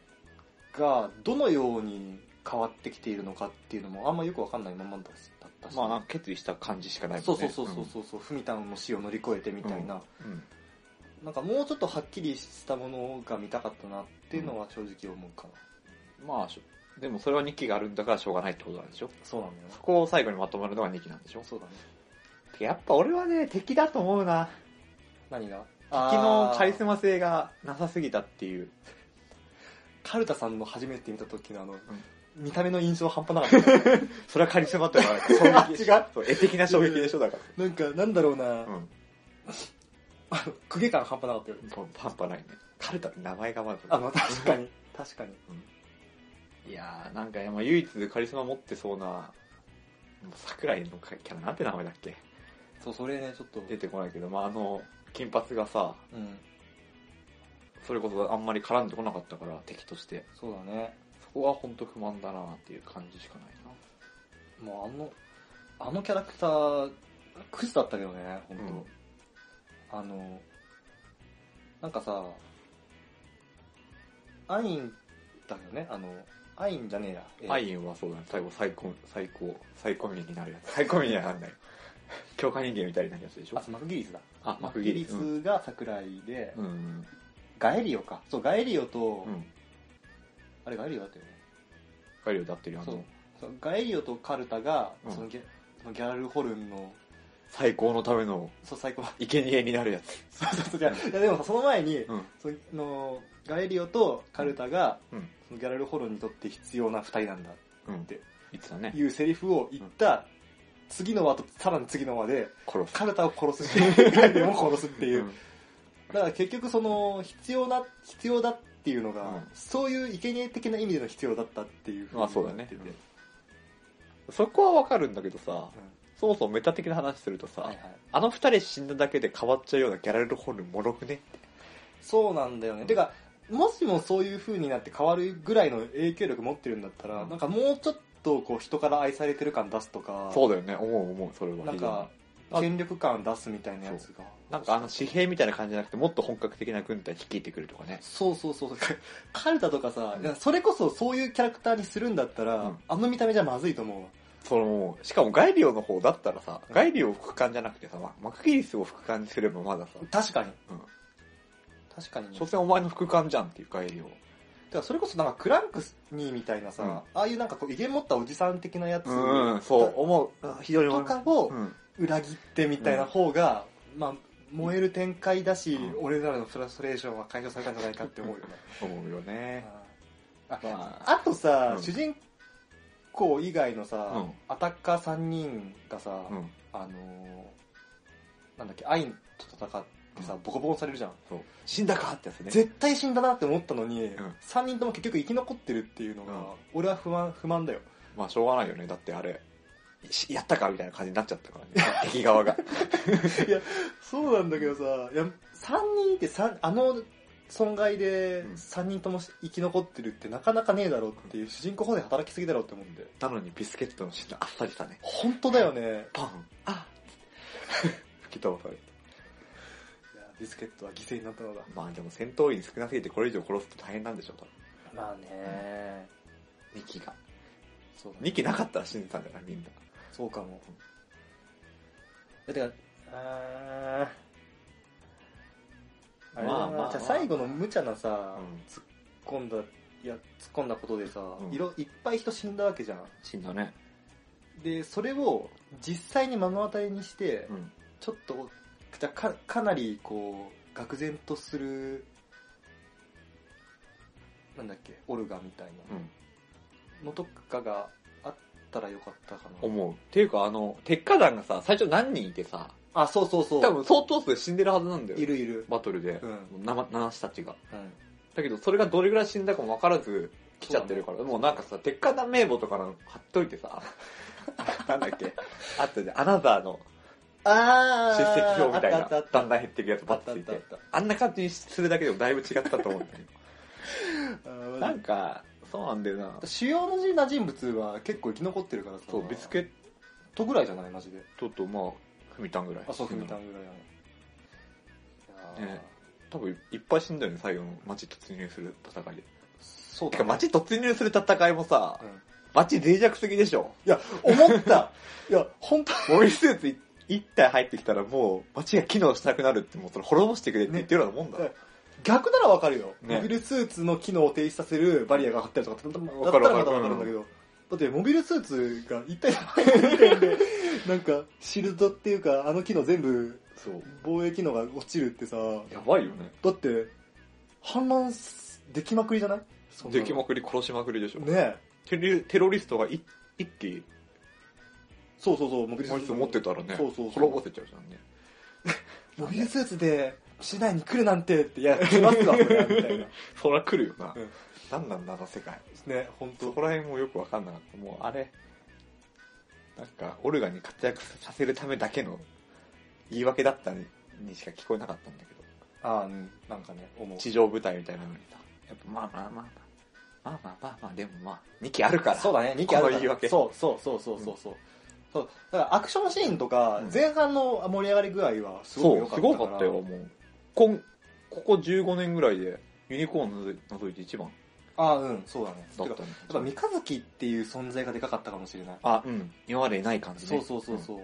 [SPEAKER 3] がどのように変わってきているのかっていうのもあんまよくわかんないままだったし。
[SPEAKER 4] まあなんか決意した感じしかない
[SPEAKER 3] そ
[SPEAKER 4] もん
[SPEAKER 3] うそ
[SPEAKER 4] ね。
[SPEAKER 3] うそうそうそう、ふみたんの死を乗り越えてみたいな、
[SPEAKER 4] うん。うん。
[SPEAKER 3] なんかもうちょっとはっきりしたものが見たかったなっていうのは正直思うかな。
[SPEAKER 4] まあしょ、でもそれは2期があるんだからしょうがないってことなんでしょ
[SPEAKER 3] そうなんだよね
[SPEAKER 4] そ。こを最後にまとまるのが2期なんでしょ
[SPEAKER 3] そうだね。
[SPEAKER 4] やっぱ俺はね、敵だと思うな。
[SPEAKER 3] 何が
[SPEAKER 4] 敵のカリス
[SPEAKER 3] マ。
[SPEAKER 4] マ性がなさすぎたっていう。
[SPEAKER 3] カルタさんの初めて見た時のあの、見た目の印象半端なかった。
[SPEAKER 4] それはカリスマってのは衝撃で し
[SPEAKER 3] あ違う
[SPEAKER 4] ょ。そう絵的な衝撃でしょ、だか
[SPEAKER 3] なんか、なんだろうな、
[SPEAKER 4] ら。うん。
[SPEAKER 3] あの、公家感半端なかったよ。
[SPEAKER 4] そうパンパないね。カルタって名前がまず。
[SPEAKER 3] あの、確かに。確かに。
[SPEAKER 4] いやー、なんかまあ唯一カリスマ持ってそうな、もう桜井のキャラなんて名前だっけ
[SPEAKER 3] そう、それね、ちょっと。
[SPEAKER 4] 出てこないけど、まああの、金髪がさ、
[SPEAKER 3] うん。
[SPEAKER 4] それこそあんまり絡んでこなかったから、敵として。
[SPEAKER 3] そうだね。
[SPEAKER 4] そこは本当不満だなっていう感じしかないな。
[SPEAKER 3] もうあの、あのキャラクター、クズだったけどね、本当、あの、なんかさ、アインだけどね、あの、アインじゃねえや。えー
[SPEAKER 4] アインはそうだね、最後、最高、最高、最高ミになるやつ。最高ミにはなんない。 強化人間みたいになるやつでしょ
[SPEAKER 3] あ、そうマクギリスだ。
[SPEAKER 4] あマクギリス
[SPEAKER 3] マクが桜井で、
[SPEAKER 4] うん。
[SPEAKER 3] ガエリオか。そう、ガエリオと、
[SPEAKER 4] うん。
[SPEAKER 3] あれガエリオだったよね。
[SPEAKER 4] ガリオだってるあ
[SPEAKER 3] そう
[SPEAKER 4] の、
[SPEAKER 3] そうガエリオとカルタが、
[SPEAKER 4] うん
[SPEAKER 3] そのギャそのギャラルホルンの、
[SPEAKER 4] 最高のための
[SPEAKER 3] そう、最高。
[SPEAKER 4] 生贄になるやつ。
[SPEAKER 3] そうそうそう。じゃあいやでもさその前に、
[SPEAKER 4] うん。
[SPEAKER 3] そのガエリオとカルタが、
[SPEAKER 4] うん
[SPEAKER 3] そのギャラルホロンにとって必要な二人なんだ
[SPEAKER 4] うん。
[SPEAKER 3] で
[SPEAKER 4] 言ってたね
[SPEAKER 3] い。うセリフを言った次の輪とさらに次の輪で、
[SPEAKER 4] 殺す。
[SPEAKER 3] カルタを殺す し、カルタも殺すっていう
[SPEAKER 4] うん。
[SPEAKER 3] だから結局その、必要な、必要だっていうのが、
[SPEAKER 4] うん
[SPEAKER 3] そういう生贄的な意味での必要だったっていうふに
[SPEAKER 4] まあそうだね
[SPEAKER 3] なってて
[SPEAKER 4] そこはわかるんだけどさ、
[SPEAKER 3] う
[SPEAKER 4] そもそもメタ的な話するとさ、
[SPEAKER 3] んはいはい
[SPEAKER 4] あの二人死んだだけで変わっちゃうようなギャラルホルンもろくねって。
[SPEAKER 3] そうなんだよね。てか、もしもそういう風になって変わるぐらいの影響力持ってるんだったら、
[SPEAKER 4] うん
[SPEAKER 3] なんかもうちょっとこう人から愛されてる感出すとか、
[SPEAKER 4] そうだよね、思う思う、それは。
[SPEAKER 3] なんか
[SPEAKER 4] あ
[SPEAKER 3] 権力感出すみたいなやつが。
[SPEAKER 4] なんかあの紙幣みたいな感じじゃなくて、もっと本格的な軍隊率いてくるとかね。
[SPEAKER 3] そうそうそうそう。 カルタとかさ、
[SPEAKER 4] う
[SPEAKER 3] い
[SPEAKER 4] ん
[SPEAKER 3] やそれこそそういうキャラクターにするんだったら、
[SPEAKER 4] うん
[SPEAKER 3] あの見た目じゃまずいと思うわ。
[SPEAKER 4] その、しかもガイリオの方だったらさ、ガイリオを副官じゃなくてさ、まマクギリスを副官にすればまださ、
[SPEAKER 3] 確かに。
[SPEAKER 4] うん
[SPEAKER 3] 確かにね。
[SPEAKER 4] 所詮お前の副官じゃんっていうガイリオ。
[SPEAKER 3] だからそれこそなんかクランクスニーみたいなさ、
[SPEAKER 4] うん
[SPEAKER 3] ああいうなんかこう威厳持ったおじさん的なやつ
[SPEAKER 4] うん、そう、思う。非常に思
[SPEAKER 3] と
[SPEAKER 4] う。
[SPEAKER 3] かを
[SPEAKER 4] うん。
[SPEAKER 3] 裏切ってみたいな方が、まあ、燃える展開だし、
[SPEAKER 4] うん
[SPEAKER 3] 俺らのフラストレーションは解消されたんじゃないかって思うよね。
[SPEAKER 4] 思うよね。
[SPEAKER 3] あ
[SPEAKER 4] まあ
[SPEAKER 3] あとさ、
[SPEAKER 4] うん
[SPEAKER 3] 主人公以外のさ、
[SPEAKER 4] うん
[SPEAKER 3] アタッカー3人がさ、
[SPEAKER 4] うん。
[SPEAKER 3] あのーなんだっけ、アインと戦ってさ、ボコボコにされるじゃん。
[SPEAKER 4] そう。死んだかってやつね。
[SPEAKER 3] 絶対死んだなって思ったのに、
[SPEAKER 4] ん
[SPEAKER 3] 3人とも結局生き残ってるっていうのが、
[SPEAKER 4] うん
[SPEAKER 3] 俺は不満、不満だよ。
[SPEAKER 4] まあしょうがないよね。だってあれ、しやったかみたいな感じになっちゃった からね。敵側が。
[SPEAKER 3] そうなんだけどさ、いや、3人って三あの損害で
[SPEAKER 4] うん
[SPEAKER 3] 3人とも生き残ってるってなかなかねえだろうっていう、主人公方で働きすぎだろうって思うんで。
[SPEAKER 4] なのにビスケットの死んだあっさりしたね。
[SPEAKER 3] 本当だよね。
[SPEAKER 4] パンあ吹き飛ばされた。
[SPEAKER 3] いや、ビスケットは犠牲になったのだ。
[SPEAKER 4] まあでも戦闘員少なすぎてこれ以上殺すと大変なんでしょう、多分。
[SPEAKER 3] まあね
[SPEAKER 4] 2機が。
[SPEAKER 3] そうだね
[SPEAKER 4] 2機なかったら死んでたんだから、みんな。
[SPEAKER 3] そうかも。だってか、あーあれだな
[SPEAKER 4] まあまあまあ
[SPEAKER 3] じゃあ最後の無茶なさ、
[SPEAKER 4] うん
[SPEAKER 3] 突っ込んだ、いや、突っ込んだことでさ、
[SPEAKER 4] ん
[SPEAKER 3] いろいっぱい人死んだわけじゃん。
[SPEAKER 4] 死んだね。
[SPEAKER 3] で、それを実際に目の当たりにして、
[SPEAKER 4] うん。
[SPEAKER 3] ちょっと、じゃあか、かなり、こう、愕然とする、なんだっけ、オルガみたい
[SPEAKER 4] うん。
[SPEAKER 3] なのとかがあったらよかったかな。
[SPEAKER 4] 思う。っていうかあの、鉄火団がさ、最初何人いてさ、
[SPEAKER 3] あ、そうそうそう。
[SPEAKER 4] 多分相当数死んでるはずなんだよ。
[SPEAKER 3] い。るいる。
[SPEAKER 4] バトルで
[SPEAKER 3] う。ん。
[SPEAKER 4] な七士たちが。
[SPEAKER 3] うん。
[SPEAKER 4] だけど、それがどれぐらい死んだかも分からず来ちゃってるから、もうなんかさ、鉄火団名簿とかの貼っとい てさ、なんだっけ、あったじゃん、アナザーの出
[SPEAKER 3] あー。
[SPEAKER 4] 席表みたい
[SPEAKER 3] あ
[SPEAKER 4] な、
[SPEAKER 3] ったあ
[SPEAKER 4] だ
[SPEAKER 3] っ
[SPEAKER 4] ん
[SPEAKER 3] たあ
[SPEAKER 4] だ
[SPEAKER 3] っ
[SPEAKER 4] ん減っていくやつ
[SPEAKER 3] た。あ
[SPEAKER 4] バ
[SPEAKER 3] った
[SPEAKER 4] ッ
[SPEAKER 3] あ
[SPEAKER 4] つ
[SPEAKER 3] っ
[SPEAKER 4] い
[SPEAKER 3] たあ
[SPEAKER 4] て
[SPEAKER 3] っ。た。
[SPEAKER 4] あんな感じにするだけでもだいぶ違ったと思うんだ
[SPEAKER 3] あ
[SPEAKER 4] けど。
[SPEAKER 3] ー
[SPEAKER 4] なんか、そうなんだよな。
[SPEAKER 3] 主要のな人物は結構生き残ってるからさ。
[SPEAKER 4] そう、ビスケッ
[SPEAKER 3] トぐらいじゃないマジで。
[SPEAKER 4] トと、まあ、ふみたんぐらい。
[SPEAKER 3] あ、そう、踏み
[SPEAKER 4] た
[SPEAKER 3] た
[SPEAKER 4] ん。
[SPEAKER 3] んぐらいだね。いやー
[SPEAKER 4] ね多分、いっぱい死んだよね、最後の街突入する戦いで。
[SPEAKER 3] そう
[SPEAKER 4] て
[SPEAKER 3] だ
[SPEAKER 4] か、
[SPEAKER 3] ね
[SPEAKER 4] 街突入する戦いもさ
[SPEAKER 3] う、ん
[SPEAKER 4] 街脆弱すぎでしょ。
[SPEAKER 3] いや、思ったいや、本当
[SPEAKER 4] モビルスーツ一体入ってきたらもう街が機能しなくなるってもうそれ滅ぼしてくれって言ってるようなもんだ。
[SPEAKER 3] ね逆ならわかるよ。
[SPEAKER 4] ね
[SPEAKER 3] モビルスーツの機能を停止させるバリアが張ってるとかだったら
[SPEAKER 4] わかるわか
[SPEAKER 3] ま
[SPEAKER 4] る
[SPEAKER 3] だわかるんだけど。だって、モビルスーツが一体入ってるんで、なんか、シールドっていうか、あの機能全部、
[SPEAKER 4] そう。
[SPEAKER 3] 防衛機能が落ちるってさ、
[SPEAKER 4] やばいよね。
[SPEAKER 3] だって、反乱すできまくりじゃないそんな
[SPEAKER 4] で
[SPEAKER 3] の
[SPEAKER 4] きまくり殺しまくりでしょ。
[SPEAKER 3] ねえ。
[SPEAKER 4] テロテロリストがい一機、
[SPEAKER 3] そうそうそう、モビルス
[SPEAKER 4] こい
[SPEAKER 3] ー
[SPEAKER 4] つ
[SPEAKER 3] ツ。
[SPEAKER 4] 持ってたらね、
[SPEAKER 3] そうそうそう
[SPEAKER 4] 滅ぼせちゃうじゃんね。
[SPEAKER 3] モビルスーツで、市内に来るなんてって、いや、来ますわ、それはみたいな。
[SPEAKER 4] そら来るよな
[SPEAKER 3] うん。
[SPEAKER 4] なんなんだあの世界。
[SPEAKER 3] ね、本
[SPEAKER 4] そ
[SPEAKER 3] 当
[SPEAKER 4] こら辺もよくわかんなかった。もうあれ、なんかオルガに活躍させるためだけの言い訳だったににしか聞こえなかったんだけど。
[SPEAKER 3] ああ、うん、なんかね、思う。
[SPEAKER 4] 地上部隊みたいなのにさ、やっぱまあまあまあまあ、まあまあまあまあ、でもまあ、2機あるから。
[SPEAKER 3] そうだね、2期あるか
[SPEAKER 4] こ
[SPEAKER 3] ら
[SPEAKER 4] の言い訳
[SPEAKER 3] そうそうそうそうそうそう。そうだからアクションシーンとか
[SPEAKER 4] うん、
[SPEAKER 3] 前半の盛り上がり具合はすごく
[SPEAKER 4] そ
[SPEAKER 3] 良
[SPEAKER 4] う、
[SPEAKER 3] か
[SPEAKER 4] す
[SPEAKER 3] ったから。
[SPEAKER 4] ごかったよ、もう。こん、ここ15年ぐらいで、ユニコーンのぞ除いて一番
[SPEAKER 3] ああ、うん、そうだね。
[SPEAKER 4] だ
[SPEAKER 3] て
[SPEAKER 4] っ
[SPEAKER 3] か
[SPEAKER 4] た
[SPEAKER 3] やっぱ
[SPEAKER 4] の
[SPEAKER 3] 三日月っていう存在がでかかったかもしれない。
[SPEAKER 4] あ、うん。今までいない感じ
[SPEAKER 3] そ
[SPEAKER 4] ね。
[SPEAKER 3] うそうそうそう。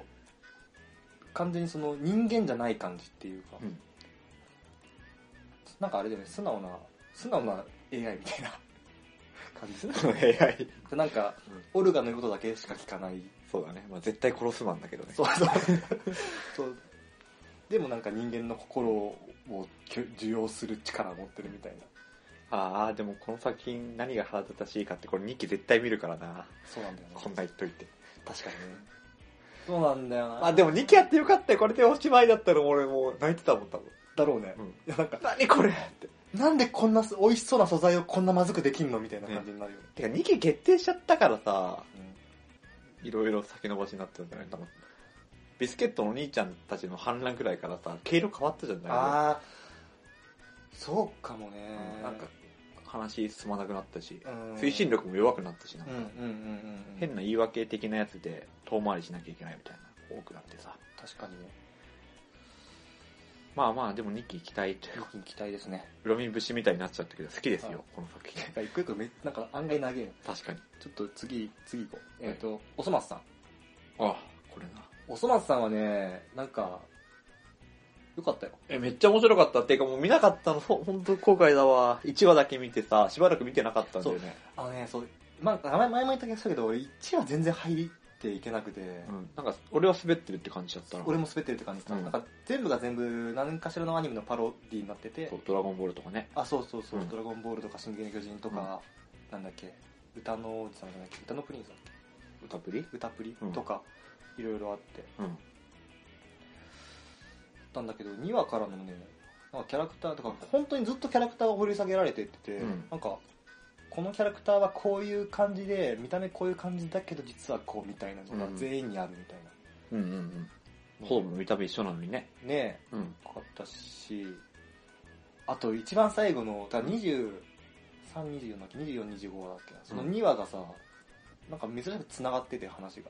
[SPEAKER 3] 完全にその人間じゃない感じっていうか、
[SPEAKER 4] うん
[SPEAKER 3] なんかあれだよね、素直な、素直な AI みたい な感じ
[SPEAKER 4] うん。AI。
[SPEAKER 3] なんか、オルガの言うことだけしか聞かない。
[SPEAKER 4] そうだね。まあ絶対殺すマンだけどね。
[SPEAKER 3] そう そう。そう。でもなんか人間の心を受容する力を持ってるみたいな。
[SPEAKER 4] ああ、でもこの作品何が腹立たしいかって、これ2期絶対見るからな。
[SPEAKER 3] そうなんだよね。
[SPEAKER 4] こんな言っといて。
[SPEAKER 3] 確かにね。そうなんだよな。
[SPEAKER 4] あ、でも2期やってよかったよ。これでおしまいだったら俺もう泣いてたもん、多分。
[SPEAKER 3] だろうね。
[SPEAKER 4] うん
[SPEAKER 3] いや、なんか、
[SPEAKER 4] 何これって。
[SPEAKER 3] なんでこんなす美味しそうな素材をこんなまずくできんのみたいな感じになるよね。
[SPEAKER 4] てか2期決定しちゃったからさ、
[SPEAKER 3] うん
[SPEAKER 4] いろいろ先延ばしになってるんじゃない多分。ビスケットのお兄ちゃんたちの反乱くらいからさ、毛色変わったじゃない
[SPEAKER 3] ああ、そうかもね
[SPEAKER 4] うん。なんか、話進まなくなったし、
[SPEAKER 3] うん
[SPEAKER 4] 推進力も弱くなったしな
[SPEAKER 3] うん。うんうんうん。
[SPEAKER 4] 変
[SPEAKER 3] 変、
[SPEAKER 4] な言い訳的なやつで遠回りしなきゃいけないみたいな、多くなってさ。
[SPEAKER 3] 確かにね。
[SPEAKER 4] まあまあ、でも2期期待という
[SPEAKER 3] 一気に期待ですね。
[SPEAKER 4] 恨み節みたいになっちゃったけど、好きですよ、この作 品
[SPEAKER 3] な。んか一個一個め、なんか案外長いの。
[SPEAKER 4] 確かに。
[SPEAKER 3] ちょっと次、次行こう。えっ、と、おそ松さん。
[SPEAKER 4] ああ、これな。
[SPEAKER 3] おそ松さんはね、なんか、よかったよ。
[SPEAKER 4] え、めっちゃ面白かったっていうかもう見なかったの、ほ ほんと後悔だわ。1話だけ見てさ、しばらく見てなかったんだよね。
[SPEAKER 3] あのね、そう、まあ、名前前も言った気がしたけど、俺1話全然入っていけなくて、
[SPEAKER 4] うん。なんか、俺は滑ってるって感じだったな。
[SPEAKER 3] 俺も滑ってるって感じだった、
[SPEAKER 4] うん
[SPEAKER 3] なんか全部が全部何かしらのアニメのパロディになってて
[SPEAKER 4] そう、ドラゴンボールとかね。
[SPEAKER 3] あそうそうそう、
[SPEAKER 4] うん
[SPEAKER 3] ドラゴンボールとか進撃の巨人とか、なんだっけ歌の王子様じゃないっけ歌のプリンスだっ
[SPEAKER 4] 歌プリ
[SPEAKER 3] け歌プリ、
[SPEAKER 4] うん
[SPEAKER 3] とかいろいろあって
[SPEAKER 4] うん。
[SPEAKER 3] なんだけど2話からのねなんかキャラクターとか本当にずっとキャラクターが掘り下げられてってて、
[SPEAKER 4] うん
[SPEAKER 3] なんかこのキャラクターはこういう感じで見た目こういう感じだけど実はこうみたいなのが全員にあるみたいな、
[SPEAKER 4] うんうんうん。ホーム見た目一緒なのにね。
[SPEAKER 3] ねえ
[SPEAKER 4] うん。
[SPEAKER 3] かったし、あと一番最後の、だ23、24だっけ ?24、25だっけなその2話がさ、なんか珍しく繋がってて話が。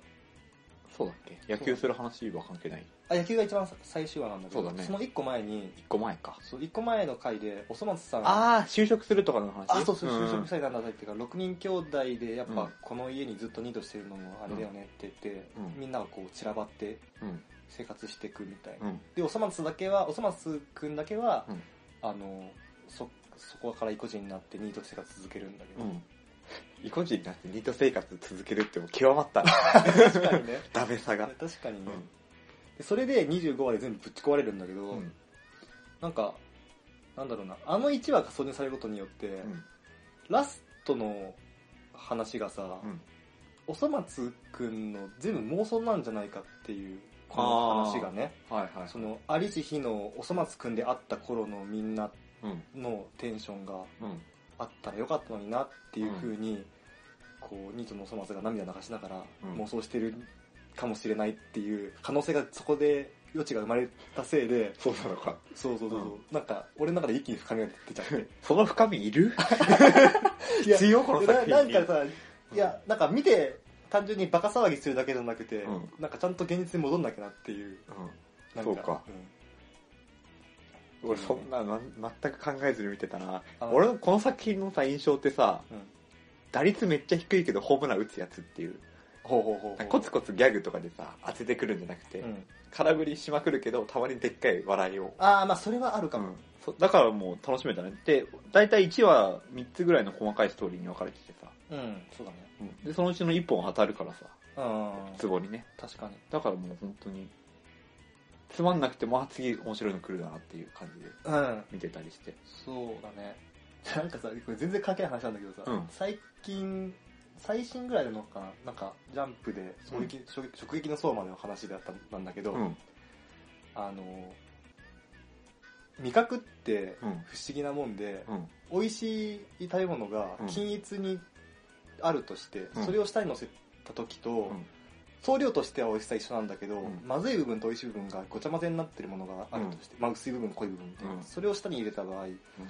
[SPEAKER 4] そうだっけ野球する話は関係ない。
[SPEAKER 3] あ、野球が一番最終話なんだけど、
[SPEAKER 4] そうだね
[SPEAKER 3] の1個前に、
[SPEAKER 4] 1個前か。
[SPEAKER 3] そう1個前の回で、おそ松さん、
[SPEAKER 4] ああ、就職するとかの話。
[SPEAKER 3] あそうそう、
[SPEAKER 4] ん
[SPEAKER 3] 就職祭なんだっていうか、6人兄弟で、やっ
[SPEAKER 4] う
[SPEAKER 3] ぱ
[SPEAKER 4] ん
[SPEAKER 3] この家にずっとニートしてるのもあれだよねって言って、
[SPEAKER 4] うん
[SPEAKER 3] みんながこう散らばって
[SPEAKER 4] うん。
[SPEAKER 3] 生活していくみたいな。
[SPEAKER 4] うん。
[SPEAKER 3] で、おそ松だけは、おそ松くんだけは、
[SPEAKER 4] うん
[SPEAKER 3] あの、そ、そこから意固地になってニート生活続けるんだけど。
[SPEAKER 4] うん。意固地になってニート生活続けるってもう極まったな。
[SPEAKER 3] 確かに ね。
[SPEAKER 4] ダメさが。
[SPEAKER 3] 確かにね、
[SPEAKER 4] うん
[SPEAKER 3] でそれで25話で全部ぶち壊れるんだけど、
[SPEAKER 4] うん。
[SPEAKER 3] なんか、なんだろうな、あの1話が挿入されることによって、
[SPEAKER 4] うん。
[SPEAKER 3] ラストの話がさ、
[SPEAKER 4] うん
[SPEAKER 3] おそ松くんの全部妄想なんじゃないかっていう、こ
[SPEAKER 4] あ
[SPEAKER 3] の
[SPEAKER 4] ー
[SPEAKER 3] 話がね、
[SPEAKER 4] はいはい。
[SPEAKER 3] その、ありし日のおそ松くんで会った頃のみんな
[SPEAKER 4] うん。
[SPEAKER 3] のテンションが、
[SPEAKER 4] うん。
[SPEAKER 3] あったらよかったのになっていうふうに、こうニートのお粗末が涙流しながら
[SPEAKER 4] うん
[SPEAKER 3] 妄想してるかもしれないっていう可能性がそこで余地が生まれたせいで
[SPEAKER 4] そうなのか。
[SPEAKER 3] そうそうそうそう、
[SPEAKER 4] う
[SPEAKER 3] なんか俺の中で一気に深みが出ちゃって
[SPEAKER 4] その深みいる
[SPEAKER 3] いや
[SPEAKER 4] 必要この作品
[SPEAKER 3] ななんかさ、いやなんか見て単純にバカ騒ぎするだけじゃなくて、
[SPEAKER 4] うん
[SPEAKER 3] なんかちゃんと現実に戻んなきゃなっていう
[SPEAKER 4] う
[SPEAKER 3] なん
[SPEAKER 4] そうかん。俺そんなな全く考えずに見てたな。
[SPEAKER 3] あ
[SPEAKER 4] 俺のこの作品のさ、印象ってさ、
[SPEAKER 3] うん、うん、
[SPEAKER 4] 打率めっちゃ低いけどホームラン打つやつっていう。
[SPEAKER 3] ほうほうほうほう
[SPEAKER 4] コツコツギャグとかでさ、当ててくるんじゃなくて、
[SPEAKER 3] うん、
[SPEAKER 4] 空振りしまくるけど、たまにでっかい笑いを。
[SPEAKER 3] ああまあそれはあるか
[SPEAKER 4] う
[SPEAKER 3] も、
[SPEAKER 4] んそだからもう楽しめたね。で、だいたい1話3つぐらいの細かいストーリーに分かれててさ、
[SPEAKER 3] うん、そうだね
[SPEAKER 4] で、そのうちの1本当たるからさ、
[SPEAKER 3] うん
[SPEAKER 4] ツボにね。
[SPEAKER 3] 確かに
[SPEAKER 4] だからもう本当に、つまんなくても、あ、次面白いの来るなっていう感じで
[SPEAKER 3] うん
[SPEAKER 4] 見てたりして。
[SPEAKER 3] そうだね。 なんかさ、これ全然関係ない話なんだけどさ、
[SPEAKER 4] うん
[SPEAKER 3] 最近、最新ぐらいのかな、なんか、ジャンプで衝撃、衝撃直撃の相馬での話だったんだけど、
[SPEAKER 4] うん。
[SPEAKER 3] あの、味覚って不
[SPEAKER 4] う
[SPEAKER 3] 思
[SPEAKER 4] ん。
[SPEAKER 3] 議なもんで、
[SPEAKER 4] うん。
[SPEAKER 3] 美味しい食べ物が
[SPEAKER 4] うん
[SPEAKER 3] 均一にあるとして、
[SPEAKER 4] うん
[SPEAKER 3] それを下に乗せた時と、
[SPEAKER 4] ん
[SPEAKER 3] 総量としては美味しさ一緒なんだけど、
[SPEAKER 4] うん
[SPEAKER 3] まずい部分と美味しい部分がごちゃ混ぜになってるものがあるとして、まあ薄い部分濃い部分みたいな、
[SPEAKER 4] うん
[SPEAKER 3] それを下に入れた場合、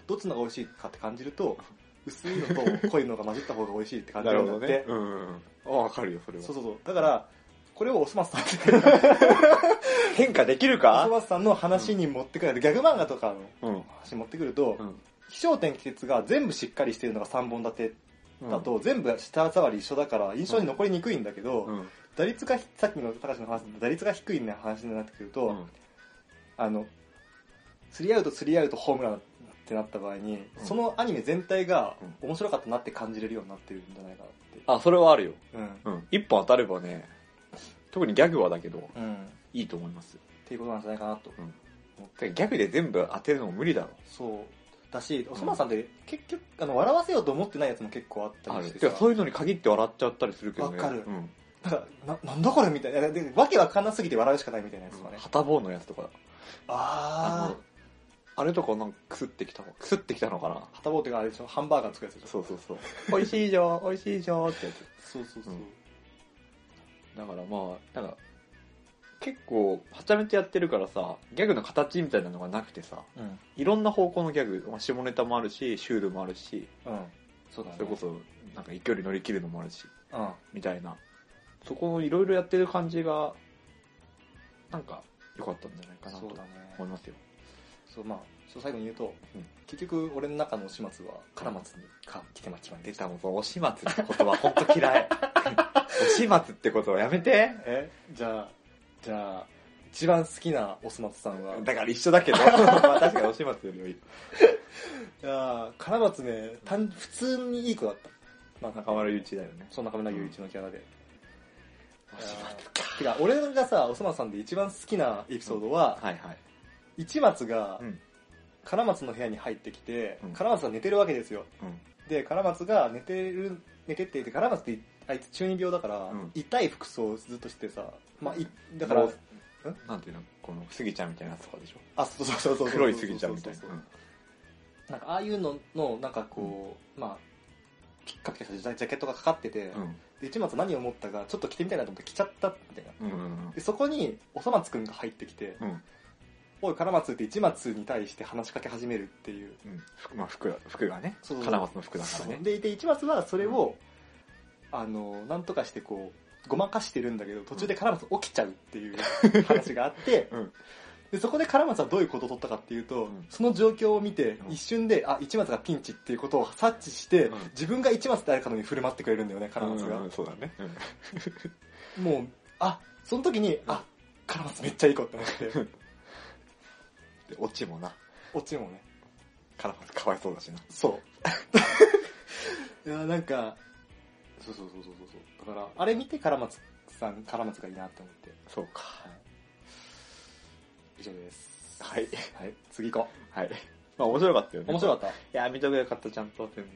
[SPEAKER 3] どっちのが美味しいかって感じると、薄いのと濃いのが混じった方が美味しいって感じ
[SPEAKER 4] な
[SPEAKER 3] る
[SPEAKER 4] る
[SPEAKER 3] んだ
[SPEAKER 4] ほ
[SPEAKER 3] っ
[SPEAKER 4] ど
[SPEAKER 3] て、
[SPEAKER 4] ね。うんうんうん。あ、わかるよ、それは
[SPEAKER 3] そう。そうそうだからこれをおそ松さんって
[SPEAKER 4] 変化できる
[SPEAKER 3] おそ
[SPEAKER 4] か
[SPEAKER 3] 松さんの話に持ってくる、ギャグ漫画とかの
[SPEAKER 4] うん。
[SPEAKER 3] 話に持ってくると、
[SPEAKER 4] うん。
[SPEAKER 3] 気象点季節が全部しっかりしてるのが3本立てだと、全部舌触り一緒だから印象に残りにくいんだけど、
[SPEAKER 4] うん、うん。
[SPEAKER 3] 打率がひさっきの高橋の話打率が低いね話になってくると、
[SPEAKER 4] うん。
[SPEAKER 3] あのスリーアウトスリーアウトホームランってなった場合に、
[SPEAKER 4] うん
[SPEAKER 3] そのアニメ全体が面白かったなって感じれるようになってるんじゃないかなって
[SPEAKER 4] あ、それはあるよ。
[SPEAKER 3] う
[SPEAKER 4] うん。一本当たればね、特にギャグはだけど、
[SPEAKER 3] ん、うん、っ
[SPEAKER 4] いいと思います。
[SPEAKER 3] ていうことなんじゃないかなと
[SPEAKER 4] てかギャグで全部当てるのも無理だろ。
[SPEAKER 3] そうだしおそ松さんって結局あの笑わせようと思ってないやつも結構あった
[SPEAKER 4] あ
[SPEAKER 3] り
[SPEAKER 4] る。
[SPEAKER 3] して
[SPEAKER 4] て
[SPEAKER 3] さ
[SPEAKER 4] かそういうのに限って笑っちゃったりするけどね。
[SPEAKER 3] わかる
[SPEAKER 4] うん。
[SPEAKER 3] だからななんだこれみたいなでわけわかんなすぎて笑うしかないみたいなやつとかね、
[SPEAKER 4] はたぼうのやつとか。
[SPEAKER 3] あ
[SPEAKER 4] あのあれとかなんかくすってきたの、くすってきたのかな
[SPEAKER 3] あはたぼうっていうかあれでしょハンバーガー作るやつでしょ
[SPEAKER 4] そうそうそう。美味しいじゃん、美味しいじゃんってやつ。
[SPEAKER 3] そうそうそう、
[SPEAKER 4] うんだからまあ、なんか、結構、はちゃめちゃやってるからさ、ギャグの形みたいなのがなくてさ、
[SPEAKER 3] うん
[SPEAKER 4] いろんな方向のギャグ、まあ下ネタもあるし、シュールもあるし、
[SPEAKER 3] うんそうだね
[SPEAKER 4] それこそ、なんか一距離乗り切るのもあるし、
[SPEAKER 3] うん
[SPEAKER 4] みたいな。そこのいろいろやってる感じが、なんか、良かったんじゃないかな
[SPEAKER 3] そ
[SPEAKER 4] と
[SPEAKER 3] うだね
[SPEAKER 4] 思いますよ。
[SPEAKER 3] そうまあちょっと最後に言うと、
[SPEAKER 4] うん
[SPEAKER 3] 結局俺の中の始末はカラマツにか来てまきま
[SPEAKER 4] 出
[SPEAKER 3] で
[SPEAKER 4] たもん、そのお始末って言葉、ほんと 嫌い。お始末ってことはやめて
[SPEAKER 3] えじゃあじゃあ一番好きなおそ松さんは
[SPEAKER 4] だから一緒だけど、 まあ確かにお始末よりはいい。
[SPEAKER 3] いやーカラマツね単普通にいい子だったなんか
[SPEAKER 4] 中丸雄一だよね。
[SPEAKER 3] そう中村雄一のキャラで、
[SPEAKER 4] お始末。
[SPEAKER 3] てか俺がさおそ松さんで一番好きなエピソードは、
[SPEAKER 4] はいはい。
[SPEAKER 3] 一松が、
[SPEAKER 4] うん
[SPEAKER 3] カラマツの部屋に入ってきて、
[SPEAKER 4] うん
[SPEAKER 3] カラマツは寝てるわけですよ
[SPEAKER 4] うん。
[SPEAKER 3] でカラマツが寝てる寝てって言ってカラマツってあいつ中二病だから、
[SPEAKER 4] うん
[SPEAKER 3] 痛い服装をずっとしてさ、まあ、いだから
[SPEAKER 4] もうなんていうのこの、スギちゃんみたいなやつとかでしょ
[SPEAKER 3] あそうそうそうそう
[SPEAKER 4] 黒いスギちゃんみたいな
[SPEAKER 3] そうそうそう。なんかああいうののなんかこう、まあピッカピカしたジャジャケットがかかってて、
[SPEAKER 4] うん。
[SPEAKER 3] で市松何を思ったかちょっと着てみたいなと思って着ちゃったみたいな
[SPEAKER 4] うん。うん
[SPEAKER 3] でそこにおそ松くんが入ってきて
[SPEAKER 4] うん。うん。
[SPEAKER 3] 「おいカラマツ」って市松に対して話しかけ始めるっていう
[SPEAKER 4] うん。服、まあ服だ、服がね
[SPEAKER 3] そう。
[SPEAKER 4] カラマツの服だから
[SPEAKER 3] そう
[SPEAKER 4] ね。
[SPEAKER 3] でいて市松はそれを、あのなんとかしてこうごまかしてるんだけど途中でカラマツ起きちゃうって いう話があって、
[SPEAKER 4] うん
[SPEAKER 3] でそこでカラマツはどういうことを取ったかっていうと、
[SPEAKER 4] うん
[SPEAKER 3] その状況を見て、
[SPEAKER 4] うん
[SPEAKER 3] 一瞬であ市松がピンチっていうことを察知して、
[SPEAKER 4] うん
[SPEAKER 3] 自分が市松であるかのように振る舞ってくれるんだよねカラマツが、
[SPEAKER 4] うんうんそうだね。うん
[SPEAKER 3] もうあその時に、あカラマツめっちゃいい子って思って
[SPEAKER 4] で、オチもな。
[SPEAKER 3] オチもね
[SPEAKER 4] カラマツかわいそうだしな。
[SPEAKER 3] そう いやなんかそうそうそうそうそうそうだからあれ見てカラマツさんカラマツがいいなって思って
[SPEAKER 4] そうか。
[SPEAKER 3] 以上です
[SPEAKER 4] はい。
[SPEAKER 3] はい次行こ
[SPEAKER 4] はい。まあ面白かったよ
[SPEAKER 3] う
[SPEAKER 4] ね。
[SPEAKER 3] 面白
[SPEAKER 4] かっ
[SPEAKER 3] かった
[SPEAKER 4] た。いや、見とけよかった、ちゃんと全部。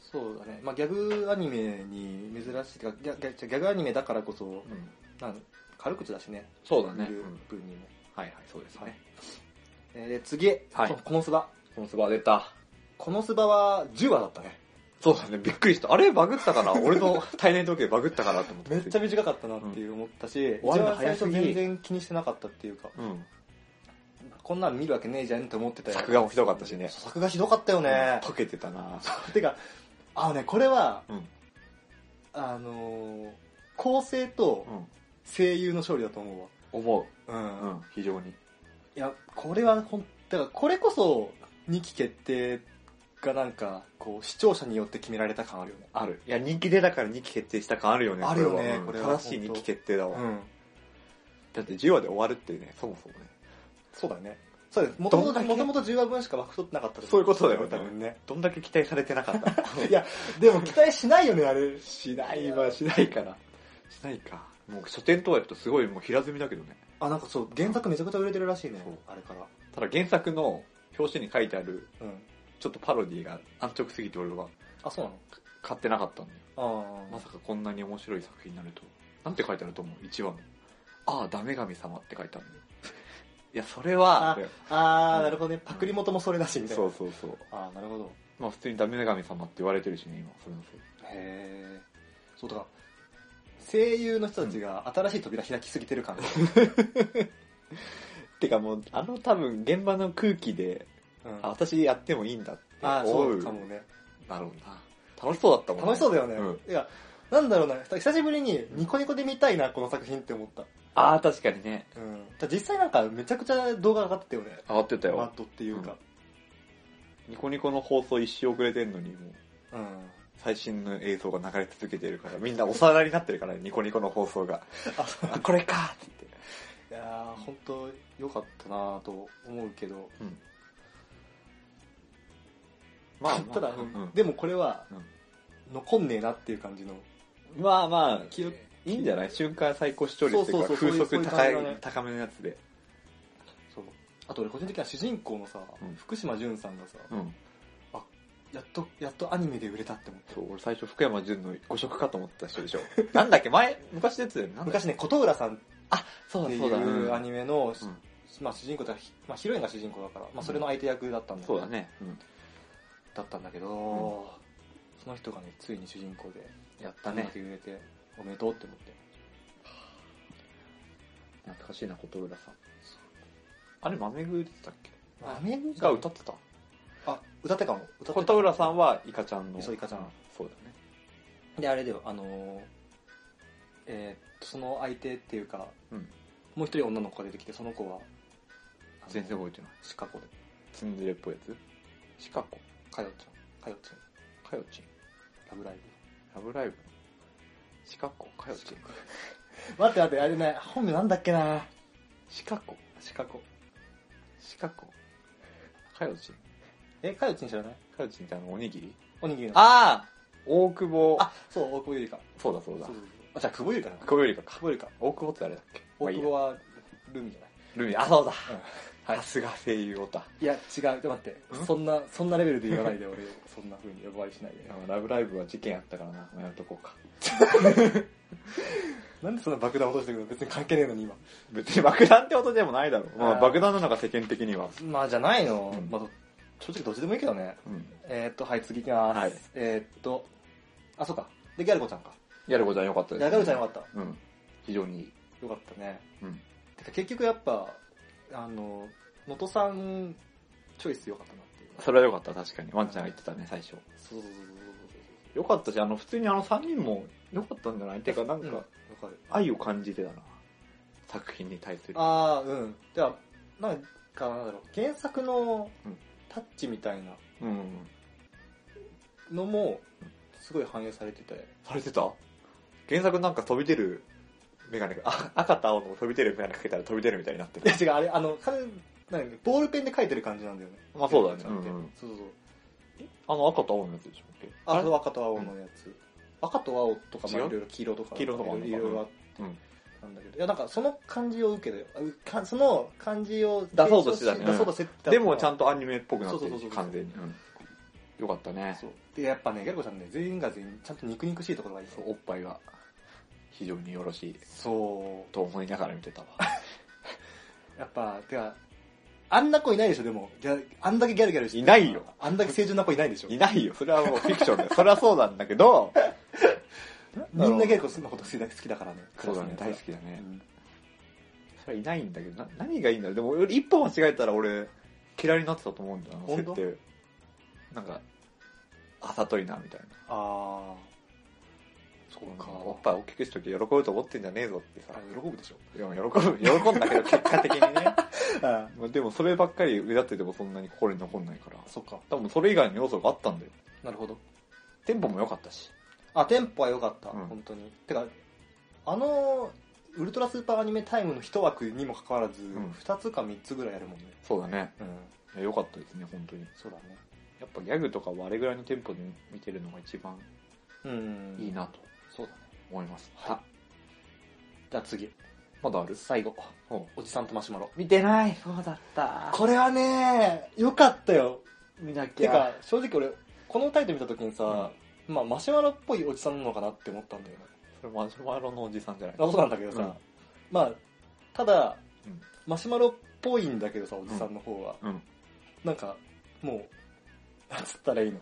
[SPEAKER 3] そうだねまあギャグアニメに珍しいてかギャギャギャグアニメだからこそ
[SPEAKER 4] うん。
[SPEAKER 3] なん軽口だしね
[SPEAKER 4] そうだね。
[SPEAKER 3] 見
[SPEAKER 4] う
[SPEAKER 3] る
[SPEAKER 4] ん
[SPEAKER 3] 分にも、
[SPEAKER 4] はいはい、そうですね。
[SPEAKER 3] えーで次、
[SPEAKER 4] はい
[SPEAKER 3] ここのスバ
[SPEAKER 4] このスバ出た。
[SPEAKER 3] このスバは10話だったね
[SPEAKER 4] そうだね、びっくりした。あれバグったかな俺の体内時計バグったかなと思って。
[SPEAKER 3] めっちゃ短かったなっていう思ったし、
[SPEAKER 4] 終わるの
[SPEAKER 3] 一番最
[SPEAKER 4] 早す
[SPEAKER 3] 初
[SPEAKER 4] ぎ
[SPEAKER 3] 全然気にしてなかったっていうか
[SPEAKER 4] うん。
[SPEAKER 3] こんなん見るわけねえじゃんって思ってたよ
[SPEAKER 4] 作画もひどかったしね。
[SPEAKER 3] 作画ひどかったよね、
[SPEAKER 4] 溶けてたな
[SPEAKER 3] てかあのねこれは
[SPEAKER 4] うん。
[SPEAKER 3] あのー構成と
[SPEAKER 4] うん。
[SPEAKER 3] 声優の勝利だと思
[SPEAKER 4] 思
[SPEAKER 3] うわ
[SPEAKER 4] う。
[SPEAKER 3] うん、
[SPEAKER 4] う
[SPEAKER 3] い
[SPEAKER 4] ん、非常に。
[SPEAKER 3] やこれはほんだからこれこそ2期決定がなんかこう視聴者によって決められた感あるよね
[SPEAKER 4] ある。いや、人気出たから2期決定した感あるよね。
[SPEAKER 3] あるよね
[SPEAKER 4] こ
[SPEAKER 3] こ
[SPEAKER 4] れ
[SPEAKER 3] れは
[SPEAKER 4] は正しい2期決定だわ。
[SPEAKER 3] うん
[SPEAKER 4] だって10話で終わるってね、そもそもね。
[SPEAKER 3] そうだねそうですもと
[SPEAKER 4] ど
[SPEAKER 3] も
[SPEAKER 4] ん
[SPEAKER 3] と
[SPEAKER 4] だけ
[SPEAKER 3] もともと10話分しか枠取ってなかった
[SPEAKER 4] そういうことだよね
[SPEAKER 3] 多分ね
[SPEAKER 4] どんだけ期待されてなかった
[SPEAKER 3] いや でも期待しないよねあれ
[SPEAKER 4] しないわ、しないから。しないか。もう初見とはやるとすごいもう平積みだけどね。
[SPEAKER 3] あなんかそう原作めちゃくちゃ売れてるらしいね
[SPEAKER 4] そう
[SPEAKER 3] あれから
[SPEAKER 4] ただ原作の表紙に書いてある、
[SPEAKER 3] うん
[SPEAKER 4] ちょっとパロディが安直すぎて俺は
[SPEAKER 3] あそうなの
[SPEAKER 4] 買ってなかったんだよ。
[SPEAKER 3] ああ
[SPEAKER 4] まさかこんなに面白い作品になると。なんて書いてあると思う ?1 話の。ああ、ダメ神様って書いてあるんだよ。 いや、それ
[SPEAKER 3] あ
[SPEAKER 4] は、
[SPEAKER 3] あー、
[SPEAKER 4] うん
[SPEAKER 3] なるほどね。パクリ元もそれだし、みたいな。
[SPEAKER 4] そうそうそう。
[SPEAKER 3] ああ、なるほど。
[SPEAKER 4] まあ普通にダメ神様って言われてるしね、今、それのせい。
[SPEAKER 3] へえ。そうだから、声優の人たちが新しい扉開きすぎてる 感が。
[SPEAKER 4] てかもう、あの多分現場の空気で、
[SPEAKER 3] うん
[SPEAKER 4] あ、私やってもいいんだって
[SPEAKER 3] あー、
[SPEAKER 4] 思
[SPEAKER 3] そう
[SPEAKER 4] う
[SPEAKER 3] かもね。
[SPEAKER 4] だろうな。楽しそうだったもん
[SPEAKER 3] 楽しそうだよ
[SPEAKER 4] う
[SPEAKER 3] ね
[SPEAKER 4] ん。
[SPEAKER 3] いや、なんだろうな、久しぶりにニコニコで見たいな、この作品って思った。
[SPEAKER 4] ああ、確かにね。
[SPEAKER 3] うん。だから実際なんかめちゃくちゃ動画上がってたよね。
[SPEAKER 4] 上がってた
[SPEAKER 3] マッ
[SPEAKER 4] よ。
[SPEAKER 3] トっていうか。
[SPEAKER 4] ニコニコの放送一周遅れてんのに、もう、
[SPEAKER 3] うん。
[SPEAKER 4] 最新の映像が流れ続けてるから、みんなおさらいになってるからね、ニコニコの放送が。
[SPEAKER 3] あ、そう
[SPEAKER 4] あ、これかって言って。
[SPEAKER 3] いやー、本当良かったなと思うけど。
[SPEAKER 4] うん。
[SPEAKER 3] ま
[SPEAKER 4] ま
[SPEAKER 3] あ
[SPEAKER 4] あ、、
[SPEAKER 3] ただ、
[SPEAKER 4] うんうん
[SPEAKER 3] でもこれは
[SPEAKER 4] うん、
[SPEAKER 3] 残んねえなっていう感じの。
[SPEAKER 4] まあまあ、
[SPEAKER 3] 記憶
[SPEAKER 4] いいんじゃない瞬間最高視聴率というか
[SPEAKER 3] そうそうそう
[SPEAKER 4] 風
[SPEAKER 3] そういう
[SPEAKER 4] 速高い
[SPEAKER 3] そういう感じだね
[SPEAKER 4] 高めのやつで。
[SPEAKER 3] そうあと俺個人的には主人公のさ、
[SPEAKER 4] うん
[SPEAKER 3] 福島潤さんがさ
[SPEAKER 4] うん。
[SPEAKER 3] やっと、やっとアニメで売れたって思って。
[SPEAKER 4] そう、俺最初福山潤の誤植かと思ってた人でしょ。 なんだっけ前、昔のやつだよね。なんだっ
[SPEAKER 3] 昔ね、琴浦さんっ
[SPEAKER 4] けそう
[SPEAKER 3] て
[SPEAKER 4] だ
[SPEAKER 3] い
[SPEAKER 4] そうだ。
[SPEAKER 3] うア
[SPEAKER 4] うん
[SPEAKER 3] ニメの、
[SPEAKER 4] うん
[SPEAKER 3] まあ主人公だ、まあヒロインが主人公だから、まあそれの相手役だったんだけど
[SPEAKER 4] そうだね。うん
[SPEAKER 3] だったんだけど、その人がね、ついに主人公で、
[SPEAKER 4] やったね
[SPEAKER 3] こんだけ売れて、おめでとうって思って。
[SPEAKER 4] 懐かしいな、琴浦さん。あれ、豆食いってたっけ
[SPEAKER 3] アメリ
[SPEAKER 4] が歌ってた
[SPEAKER 3] あ、歌ってたかも。歌ってた
[SPEAKER 4] 琴浦さんはイカちゃんの。
[SPEAKER 3] そうイカちゃん。
[SPEAKER 4] そうだね。
[SPEAKER 3] で、あれだよ、あのーえーっと、その相手っていうか、
[SPEAKER 4] うん
[SPEAKER 3] もう一人女の子が出てきて、その子は、あの
[SPEAKER 4] 全然覚えてない。
[SPEAKER 3] シカゴで、
[SPEAKER 4] ツンデレっぽいやつシカコ、
[SPEAKER 3] かよちゃん、かよちゃん、
[SPEAKER 4] カヨチン、
[SPEAKER 3] ラブライブ。
[SPEAKER 4] ラブライブ、シカコ、カヨチン、
[SPEAKER 3] 待って待って、あれね、本名なんだっけな
[SPEAKER 4] シカコ、
[SPEAKER 3] シカゴ。
[SPEAKER 4] シカコ、カヨチン、
[SPEAKER 3] え、かよちん知らない
[SPEAKER 4] カヨチンってあのおにぎり
[SPEAKER 3] おにぎりの。
[SPEAKER 4] ああ大久保。
[SPEAKER 3] あ、そう、大久保ゆりか。
[SPEAKER 4] そうだそうだ
[SPEAKER 3] そう。そうそうあ、じゃあ、久保ゆりかな。
[SPEAKER 4] 久保よりかか
[SPEAKER 3] 久。保ゆりか。
[SPEAKER 4] 大久保って誰だっけまあ
[SPEAKER 3] 大
[SPEAKER 4] いい
[SPEAKER 3] 久
[SPEAKER 4] や
[SPEAKER 3] 保はルミじゃない。
[SPEAKER 4] ルミ、あ、そうだ。
[SPEAKER 3] は
[SPEAKER 4] さすが声優オタ。
[SPEAKER 3] いや、違う。ちょっと待って。そんな、そんなレベルで言わないで、 俺、そんな風に呼ばわりしないで。
[SPEAKER 4] ラブライブは事件あったからな。もうやめとこうか。
[SPEAKER 3] なんでそんな爆弾落としてくるの別に関係ねえのに、今。
[SPEAKER 4] 別に爆弾ってことでもないだろう。ま
[SPEAKER 3] あ
[SPEAKER 4] あ
[SPEAKER 3] ー
[SPEAKER 4] 爆弾なのか世間的には。
[SPEAKER 3] まあ、じゃないの。
[SPEAKER 4] うん
[SPEAKER 3] まあ、正直どっちでもいいけどね。
[SPEAKER 4] うん。
[SPEAKER 3] えー、っと、はい、次行きます。
[SPEAKER 4] はい
[SPEAKER 3] えー、っと、あ、そうか。で、ギャルコちゃんか。
[SPEAKER 4] やることは良かった
[SPEAKER 3] い
[SPEAKER 4] です、
[SPEAKER 3] やギャルコちゃんよかっ
[SPEAKER 4] うん。非常にいい。
[SPEAKER 3] た。よかったね。
[SPEAKER 4] うん。
[SPEAKER 3] てか、結局やっぱ、あの、能登さん、チョイスよかったなっていう。
[SPEAKER 4] それは良かった、確かに。ワンちゃんが言ってたね、最初。
[SPEAKER 3] そうそうそうそう
[SPEAKER 4] 良かったし、あの、普通にあの3人も良かったんじゃないてか、なん
[SPEAKER 3] そう。うん、わ
[SPEAKER 4] か、
[SPEAKER 3] かる。
[SPEAKER 4] 愛を感じてたな。作品に対する。
[SPEAKER 3] ああ、うん。では、なんか、なんだろう、原作の
[SPEAKER 4] うん
[SPEAKER 3] タッチみたいな
[SPEAKER 4] うん。
[SPEAKER 3] のも、すごい反映されてて、
[SPEAKER 4] されてた原作なんか飛び出るメガネが、あ赤と青の飛び出るメガネかけたら飛び出るみたいになって
[SPEAKER 3] い
[SPEAKER 4] る
[SPEAKER 3] や。違う、あれ、あの、かなんボールペンで書いてる感じなんだよね。
[SPEAKER 4] まあそうだね
[SPEAKER 3] なんて
[SPEAKER 4] うんうん
[SPEAKER 3] そうそうそう。
[SPEAKER 4] あの赤と青のやつでしょ
[SPEAKER 3] あと赤と青のやつ。赤と青とか、まあ
[SPEAKER 4] 違う
[SPEAKER 3] いろいろ黄色とか、
[SPEAKER 4] 黄色とかあんのか
[SPEAKER 3] いろいろあって。
[SPEAKER 4] うん
[SPEAKER 3] なんだけどいやなんかその感じを受けてあうかその感じを
[SPEAKER 4] 出そうとしてたね
[SPEAKER 3] 出そうとしてた
[SPEAKER 4] でもちゃ
[SPEAKER 3] と
[SPEAKER 4] んとアニメっぽくなって
[SPEAKER 3] そう
[SPEAKER 4] る
[SPEAKER 3] そうそうそう
[SPEAKER 4] 完全に、うんよかったね
[SPEAKER 3] そうでやっぱねギャルコちゃんね全員が全員ちゃんと肉々しいところがいい
[SPEAKER 4] そうおっぱいが非常によろしい
[SPEAKER 3] そう
[SPEAKER 4] と思いながら見てたわ
[SPEAKER 3] やっぱ、てか、あんな子いないでしょ、でも。ギャあんだけギャルギャルして
[SPEAKER 4] いないよ。
[SPEAKER 3] あんだけ清純な子いないでしょ。
[SPEAKER 4] いないよそれはもうフィクションだよそれはそうなんだけど
[SPEAKER 3] みんなギャルコのこと好きだ好きだからね。
[SPEAKER 4] そうだね
[SPEAKER 3] クラ
[SPEAKER 4] 大
[SPEAKER 3] ス
[SPEAKER 4] 好きだね
[SPEAKER 3] の、や
[SPEAKER 4] それはいないんだけどな何がいいんだろうでも俺一歩間違えたら俺嫌いになってたと思うんだよな
[SPEAKER 3] 本
[SPEAKER 4] 設
[SPEAKER 3] 当
[SPEAKER 4] 定なんかあざといなみたいな
[SPEAKER 3] つはうんあー。そうか。
[SPEAKER 4] おっぱい大きくしとき喜ぶと思ってんじゃねえぞってさ
[SPEAKER 3] あれ喜ぶでしょ。
[SPEAKER 4] いや喜ぶ喜んだけど結果的にね
[SPEAKER 3] あ
[SPEAKER 4] まあでもそればっかり目立っててもそんなに心に残んないから。
[SPEAKER 3] そっか。
[SPEAKER 4] 多分それ以外の要素があったんだよ。
[SPEAKER 3] なるほど。
[SPEAKER 4] テンポも良かったし。
[SPEAKER 3] あ、テンポは良かった、
[SPEAKER 4] うん
[SPEAKER 3] 本当に。てか、あの、ウルトラスーパーアニメタイムの一枠にもかかわらず、
[SPEAKER 4] ん
[SPEAKER 3] 二2つか3つぐらいやるもんね。
[SPEAKER 4] そうだね。
[SPEAKER 3] うん。
[SPEAKER 4] いや良かったですね、本当に。
[SPEAKER 3] そうだね。
[SPEAKER 4] やっぱギャグとかはあれぐらいのテンポで見てるのが一番
[SPEAKER 3] うん。
[SPEAKER 4] いい。なと
[SPEAKER 3] そうだね。
[SPEAKER 4] 思いました。
[SPEAKER 3] はい。じゃあ次。
[SPEAKER 4] まだある
[SPEAKER 3] 最後。
[SPEAKER 4] おう
[SPEAKER 3] おじさんとマシュマロ。
[SPEAKER 4] 見てないそうだった
[SPEAKER 3] これはね、良かったよ。
[SPEAKER 4] 見なき
[SPEAKER 3] て
[SPEAKER 4] ゃ
[SPEAKER 3] か。、正直俺、このタイトル見た時にさ、まあマシュマロっぽいおじさんなのかなって思ったんだよね。
[SPEAKER 4] それマシュマロのおじさんじゃない
[SPEAKER 3] まあそうなんだけどさ、
[SPEAKER 4] うん
[SPEAKER 3] まあ、ただ、
[SPEAKER 4] うん
[SPEAKER 3] マシュマロっぽいんだけどさ、おじさんの方は。
[SPEAKER 4] うん。
[SPEAKER 3] なんか、もう、なんつったらいいの。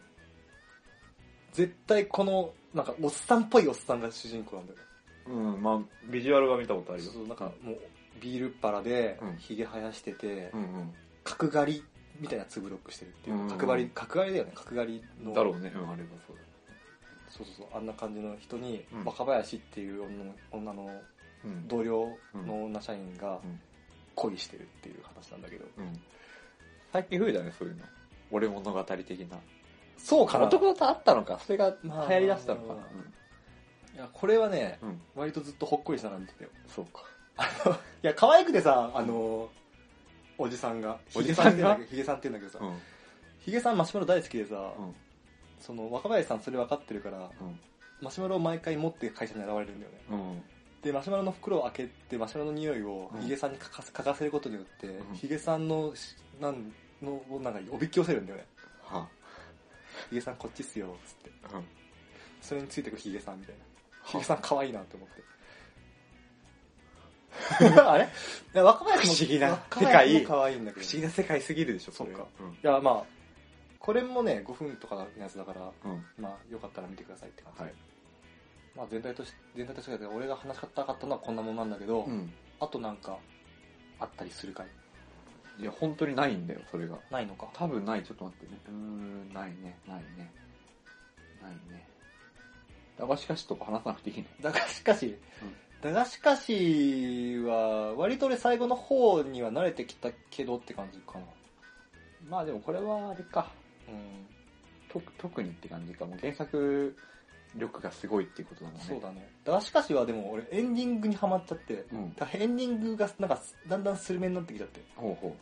[SPEAKER 3] 絶対この、なんか、おっさんっぽいおっさんが主人公なんだよね。
[SPEAKER 4] うん、まあ、ビジュアルは見たことあるよ
[SPEAKER 3] そ。うなんか、もう、ビールっ腹で
[SPEAKER 4] うん、
[SPEAKER 3] ひげ生やしてて、
[SPEAKER 4] うん
[SPEAKER 3] 角刈りみたいなツブロックしてるっていう
[SPEAKER 4] うん
[SPEAKER 3] か角刈り角刈りだよね角刈り
[SPEAKER 4] う
[SPEAKER 3] の
[SPEAKER 4] ん。だろうね。うん、あれはそうだ。
[SPEAKER 3] そうそうそうあんな感じの人に、
[SPEAKER 4] うん
[SPEAKER 3] 若林っていう女の女の
[SPEAKER 4] うん。
[SPEAKER 3] 同僚の女社員が
[SPEAKER 4] うん
[SPEAKER 3] 恋してるっていう話なんだけど、
[SPEAKER 4] うん。最近増えたね、そういうの。俺物語的な。
[SPEAKER 3] そうかな
[SPEAKER 4] 男とあったのか、それが流行り出したのかな。
[SPEAKER 3] まあいやこれはね
[SPEAKER 4] うん、
[SPEAKER 3] 割とずっとほっこりしながら見てたよ
[SPEAKER 4] そうか。
[SPEAKER 3] いや可愛くてさあのおじさんが
[SPEAKER 4] おじさんが
[SPEAKER 3] ヒゲさんって言うんだけどヒゲさんって言うんだけどさ、
[SPEAKER 4] うん。
[SPEAKER 3] ヒゲさんマシュマロ大好きでさ、
[SPEAKER 4] うん
[SPEAKER 3] その若林さんそれ分かってるから
[SPEAKER 4] うん。
[SPEAKER 3] マシュマロを毎回持って会社に現れるんだよね
[SPEAKER 4] うん。
[SPEAKER 3] でマシュマロの袋を開けてマシュマロの匂いを
[SPEAKER 4] うん
[SPEAKER 3] ヒゲさんにかかせかかせることによって、
[SPEAKER 4] ん
[SPEAKER 3] ヒゲさんのしなんのなんかおびき寄せるんだよね
[SPEAKER 4] は
[SPEAKER 3] ヒゲさんこっちっすよ、つって。
[SPEAKER 4] うん。
[SPEAKER 3] それについてくヒゲさんみたいな。ヒゲさん可愛いなと思って。 あれいや若林も
[SPEAKER 4] 不思議な
[SPEAKER 3] 若林
[SPEAKER 4] 世界
[SPEAKER 3] も可愛いんだけ
[SPEAKER 4] 不
[SPEAKER 3] ど。
[SPEAKER 4] 思議な世界すぎるでしょ、
[SPEAKER 3] そっか
[SPEAKER 4] れ
[SPEAKER 3] い
[SPEAKER 4] は。
[SPEAKER 3] や、まあ、これもね、5分とかのやつだから、
[SPEAKER 4] うん。うん。
[SPEAKER 3] まあ、よかったら見てくださいって感じ。
[SPEAKER 4] はい
[SPEAKER 3] まあ、全体として、全体としてだけど、俺が話したかったのはこんなもんなんだけど、
[SPEAKER 4] うん。
[SPEAKER 3] あとなんか、あったりするかい
[SPEAKER 4] いや、本当にないんだよ、それが。
[SPEAKER 3] ないのか。
[SPEAKER 4] 多分ない、ちょっと待ってね。うーん、ないね、ないね。ないね。駄菓子菓子とか話さなくていいの
[SPEAKER 3] だがしかし、だがしかしは、割と俺最後の方には慣れてきたけどって感じかな。
[SPEAKER 4] まあでもこれはあれか。
[SPEAKER 3] うん。
[SPEAKER 4] と特にって感じか。もう原作力がすごいっていうことだもんね。
[SPEAKER 3] そう。だね。だがしかしはでも俺エンディングにハマっちゃって、
[SPEAKER 4] うん。
[SPEAKER 3] だからエンディングがなんかだんだんスルメになってきちゃって、
[SPEAKER 4] ほうほ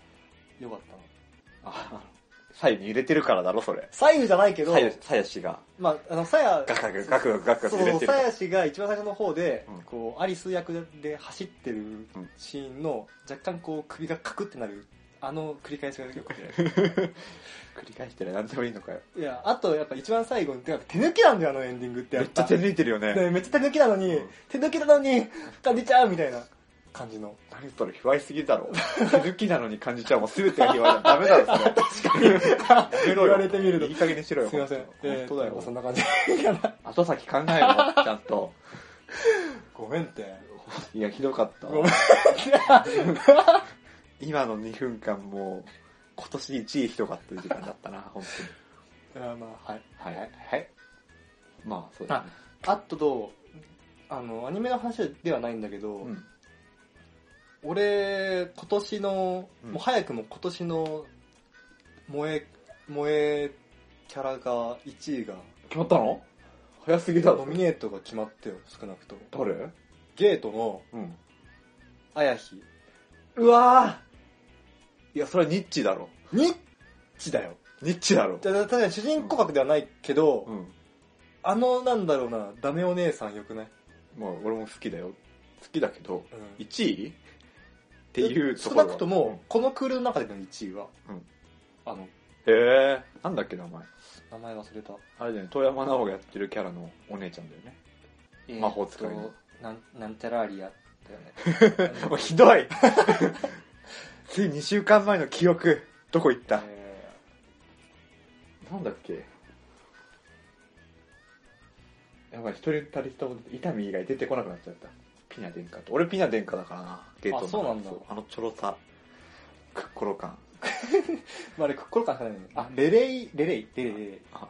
[SPEAKER 4] う。
[SPEAKER 3] よかったな。
[SPEAKER 4] あ、左右に揺れてるからだろ、それ。
[SPEAKER 3] 左右じゃないけど
[SPEAKER 4] さ、や、さやしが。
[SPEAKER 3] まあ、あの、さや、
[SPEAKER 4] ガクガクガクガクガクガク
[SPEAKER 3] そ
[SPEAKER 4] 揺れ
[SPEAKER 3] う、
[SPEAKER 4] てる
[SPEAKER 3] さ
[SPEAKER 4] から。
[SPEAKER 3] やしが一番最初の方で、
[SPEAKER 4] うん
[SPEAKER 3] こう、アリス役で走ってる
[SPEAKER 4] うん
[SPEAKER 3] シーンの、若干こう、首がカクってなる、あの繰り返しがよくて。
[SPEAKER 4] 繰り返してない。なんでもいいのかよ。
[SPEAKER 3] いや、あとやっぱ一番最後に、てか手抜きなんだよ、あのエンディングって
[SPEAKER 4] め
[SPEAKER 3] やっ
[SPEAKER 4] っちゃ
[SPEAKER 3] ぱ。
[SPEAKER 4] 手抜いてるよ ね。
[SPEAKER 3] ねめっちゃ手抜きなのに、
[SPEAKER 4] うん
[SPEAKER 3] 手抜きなのに、感じちゃうみたいな感じの。
[SPEAKER 4] 何それ、卑猥すぎだろ。手抜きなのに感じちゃう。もう全てが卑猥だ。ダメだろ、それ。確かに。やめろよ。
[SPEAKER 3] 言われてみると
[SPEAKER 4] いい加減にしろよ。
[SPEAKER 3] すいません。
[SPEAKER 4] 本当だ
[SPEAKER 3] えーとそん
[SPEAKER 4] よ。
[SPEAKER 3] な感じかな。
[SPEAKER 4] 後先考えろ、ちゃんと。
[SPEAKER 3] ごめんって。
[SPEAKER 4] いや、ひどかったわ。
[SPEAKER 3] ごめん
[SPEAKER 4] 今の2分間もう、今年1位ひどかった時間だったな、本
[SPEAKER 3] いやまあ、はい。
[SPEAKER 4] 当に。はい。はい。まあ、そうですね。
[SPEAKER 3] あとどう、あの、アニメの話ではないんだけど、
[SPEAKER 4] うん。
[SPEAKER 3] 俺、今年の、
[SPEAKER 4] うん
[SPEAKER 3] もう早くも今年の、萌え、萌えキャラが、1位が、
[SPEAKER 4] 決まったの早すぎだ
[SPEAKER 3] ノ
[SPEAKER 4] ろ
[SPEAKER 3] ミ。ネートが決まったよ、少なくとも。
[SPEAKER 4] 誰
[SPEAKER 3] ゲートの、
[SPEAKER 4] うん。
[SPEAKER 3] あやひ。
[SPEAKER 4] うわぁいや、それはニッチだろ。
[SPEAKER 3] ニッチだよ。
[SPEAKER 4] ニッチだろ。
[SPEAKER 3] だだ確かに主人公格ではないけど、
[SPEAKER 4] うん。
[SPEAKER 3] あの、なんだろうな、ダメお姉さんよくない、
[SPEAKER 4] まあ、俺も好きだよ。好きだけど、
[SPEAKER 3] っ
[SPEAKER 4] 1位っていうと
[SPEAKER 3] 少
[SPEAKER 4] ころは
[SPEAKER 3] なくとも、このクールの中での1位は、
[SPEAKER 4] うん
[SPEAKER 3] あの、
[SPEAKER 4] うんへえなんだっけ名前
[SPEAKER 3] 名前忘れた。
[SPEAKER 4] あれだよね遠山奈央がやってるキャラのお姉ちゃんだよね魔法使いの
[SPEAKER 3] えーっとなん、なんちゃらアリアだよ ね。
[SPEAKER 4] もうひどいつい2週間前の記憶どこ行った、
[SPEAKER 3] え
[SPEAKER 4] なんだっけやばい一人たり人も伊丹以外出てこなくなっちゃったピナ殿下と俺ピナ殿下だからなゲートの
[SPEAKER 3] あそうなんだ
[SPEAKER 4] あのちょろさくっころ感
[SPEAKER 3] ーまあ、あれ、これからしかないね。あ、レレイ、レレイ、レレイ、レレイ。
[SPEAKER 4] あ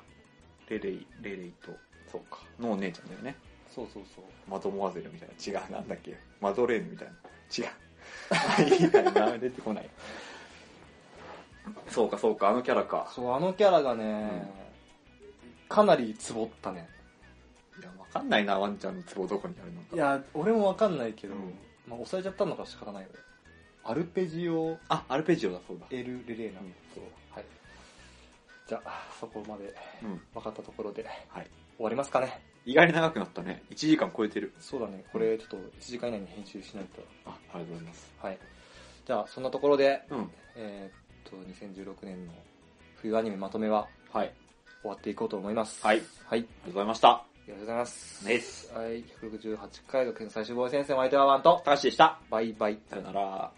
[SPEAKER 4] レレイレレイとそうかのお姉ちゃんだよね
[SPEAKER 3] そうそうそう。
[SPEAKER 4] マドモアゼルみたいな。違う、なんだっけ。マドレーヌみたいな。違う。いいな名前出てこない。そうか、そうか、あのキャラか。
[SPEAKER 3] そう、あのキャラがね、かなりツボったね。
[SPEAKER 4] いや、わかんないな、ワンちゃんのツボどこにあるのか。
[SPEAKER 3] いや、俺もわかんないけど、
[SPEAKER 4] うん
[SPEAKER 3] まあ、抑えちゃったのか仕方ないよね。アルペジオ
[SPEAKER 4] あ、アルペジオだ、そうだ。
[SPEAKER 3] エル・レレーナ。
[SPEAKER 4] うん
[SPEAKER 3] そう。はい。じゃあ、そこまで。
[SPEAKER 4] うん。
[SPEAKER 3] 分かったところで、
[SPEAKER 4] はい
[SPEAKER 3] 終わりますかね。
[SPEAKER 4] 意外に長くなったね。1時間超えてる。
[SPEAKER 3] そうだね、これちょっと1時間以内に編集しないと。
[SPEAKER 4] あ、ありがとうございます。
[SPEAKER 3] はい。じゃあ、そんなところで、
[SPEAKER 4] うん。
[SPEAKER 3] えーっと、2016年の冬アニメまとめは
[SPEAKER 4] はい。ありが
[SPEAKER 3] 終わっていこうと思います。
[SPEAKER 4] はい。
[SPEAKER 3] はい。よ
[SPEAKER 4] とうございました。
[SPEAKER 3] ろしくお願いします。
[SPEAKER 4] ねっす
[SPEAKER 3] はい、168回学園最終防衛先生の相手はワンと、
[SPEAKER 4] 高橋でした。
[SPEAKER 3] バイバイ。
[SPEAKER 4] さよなら。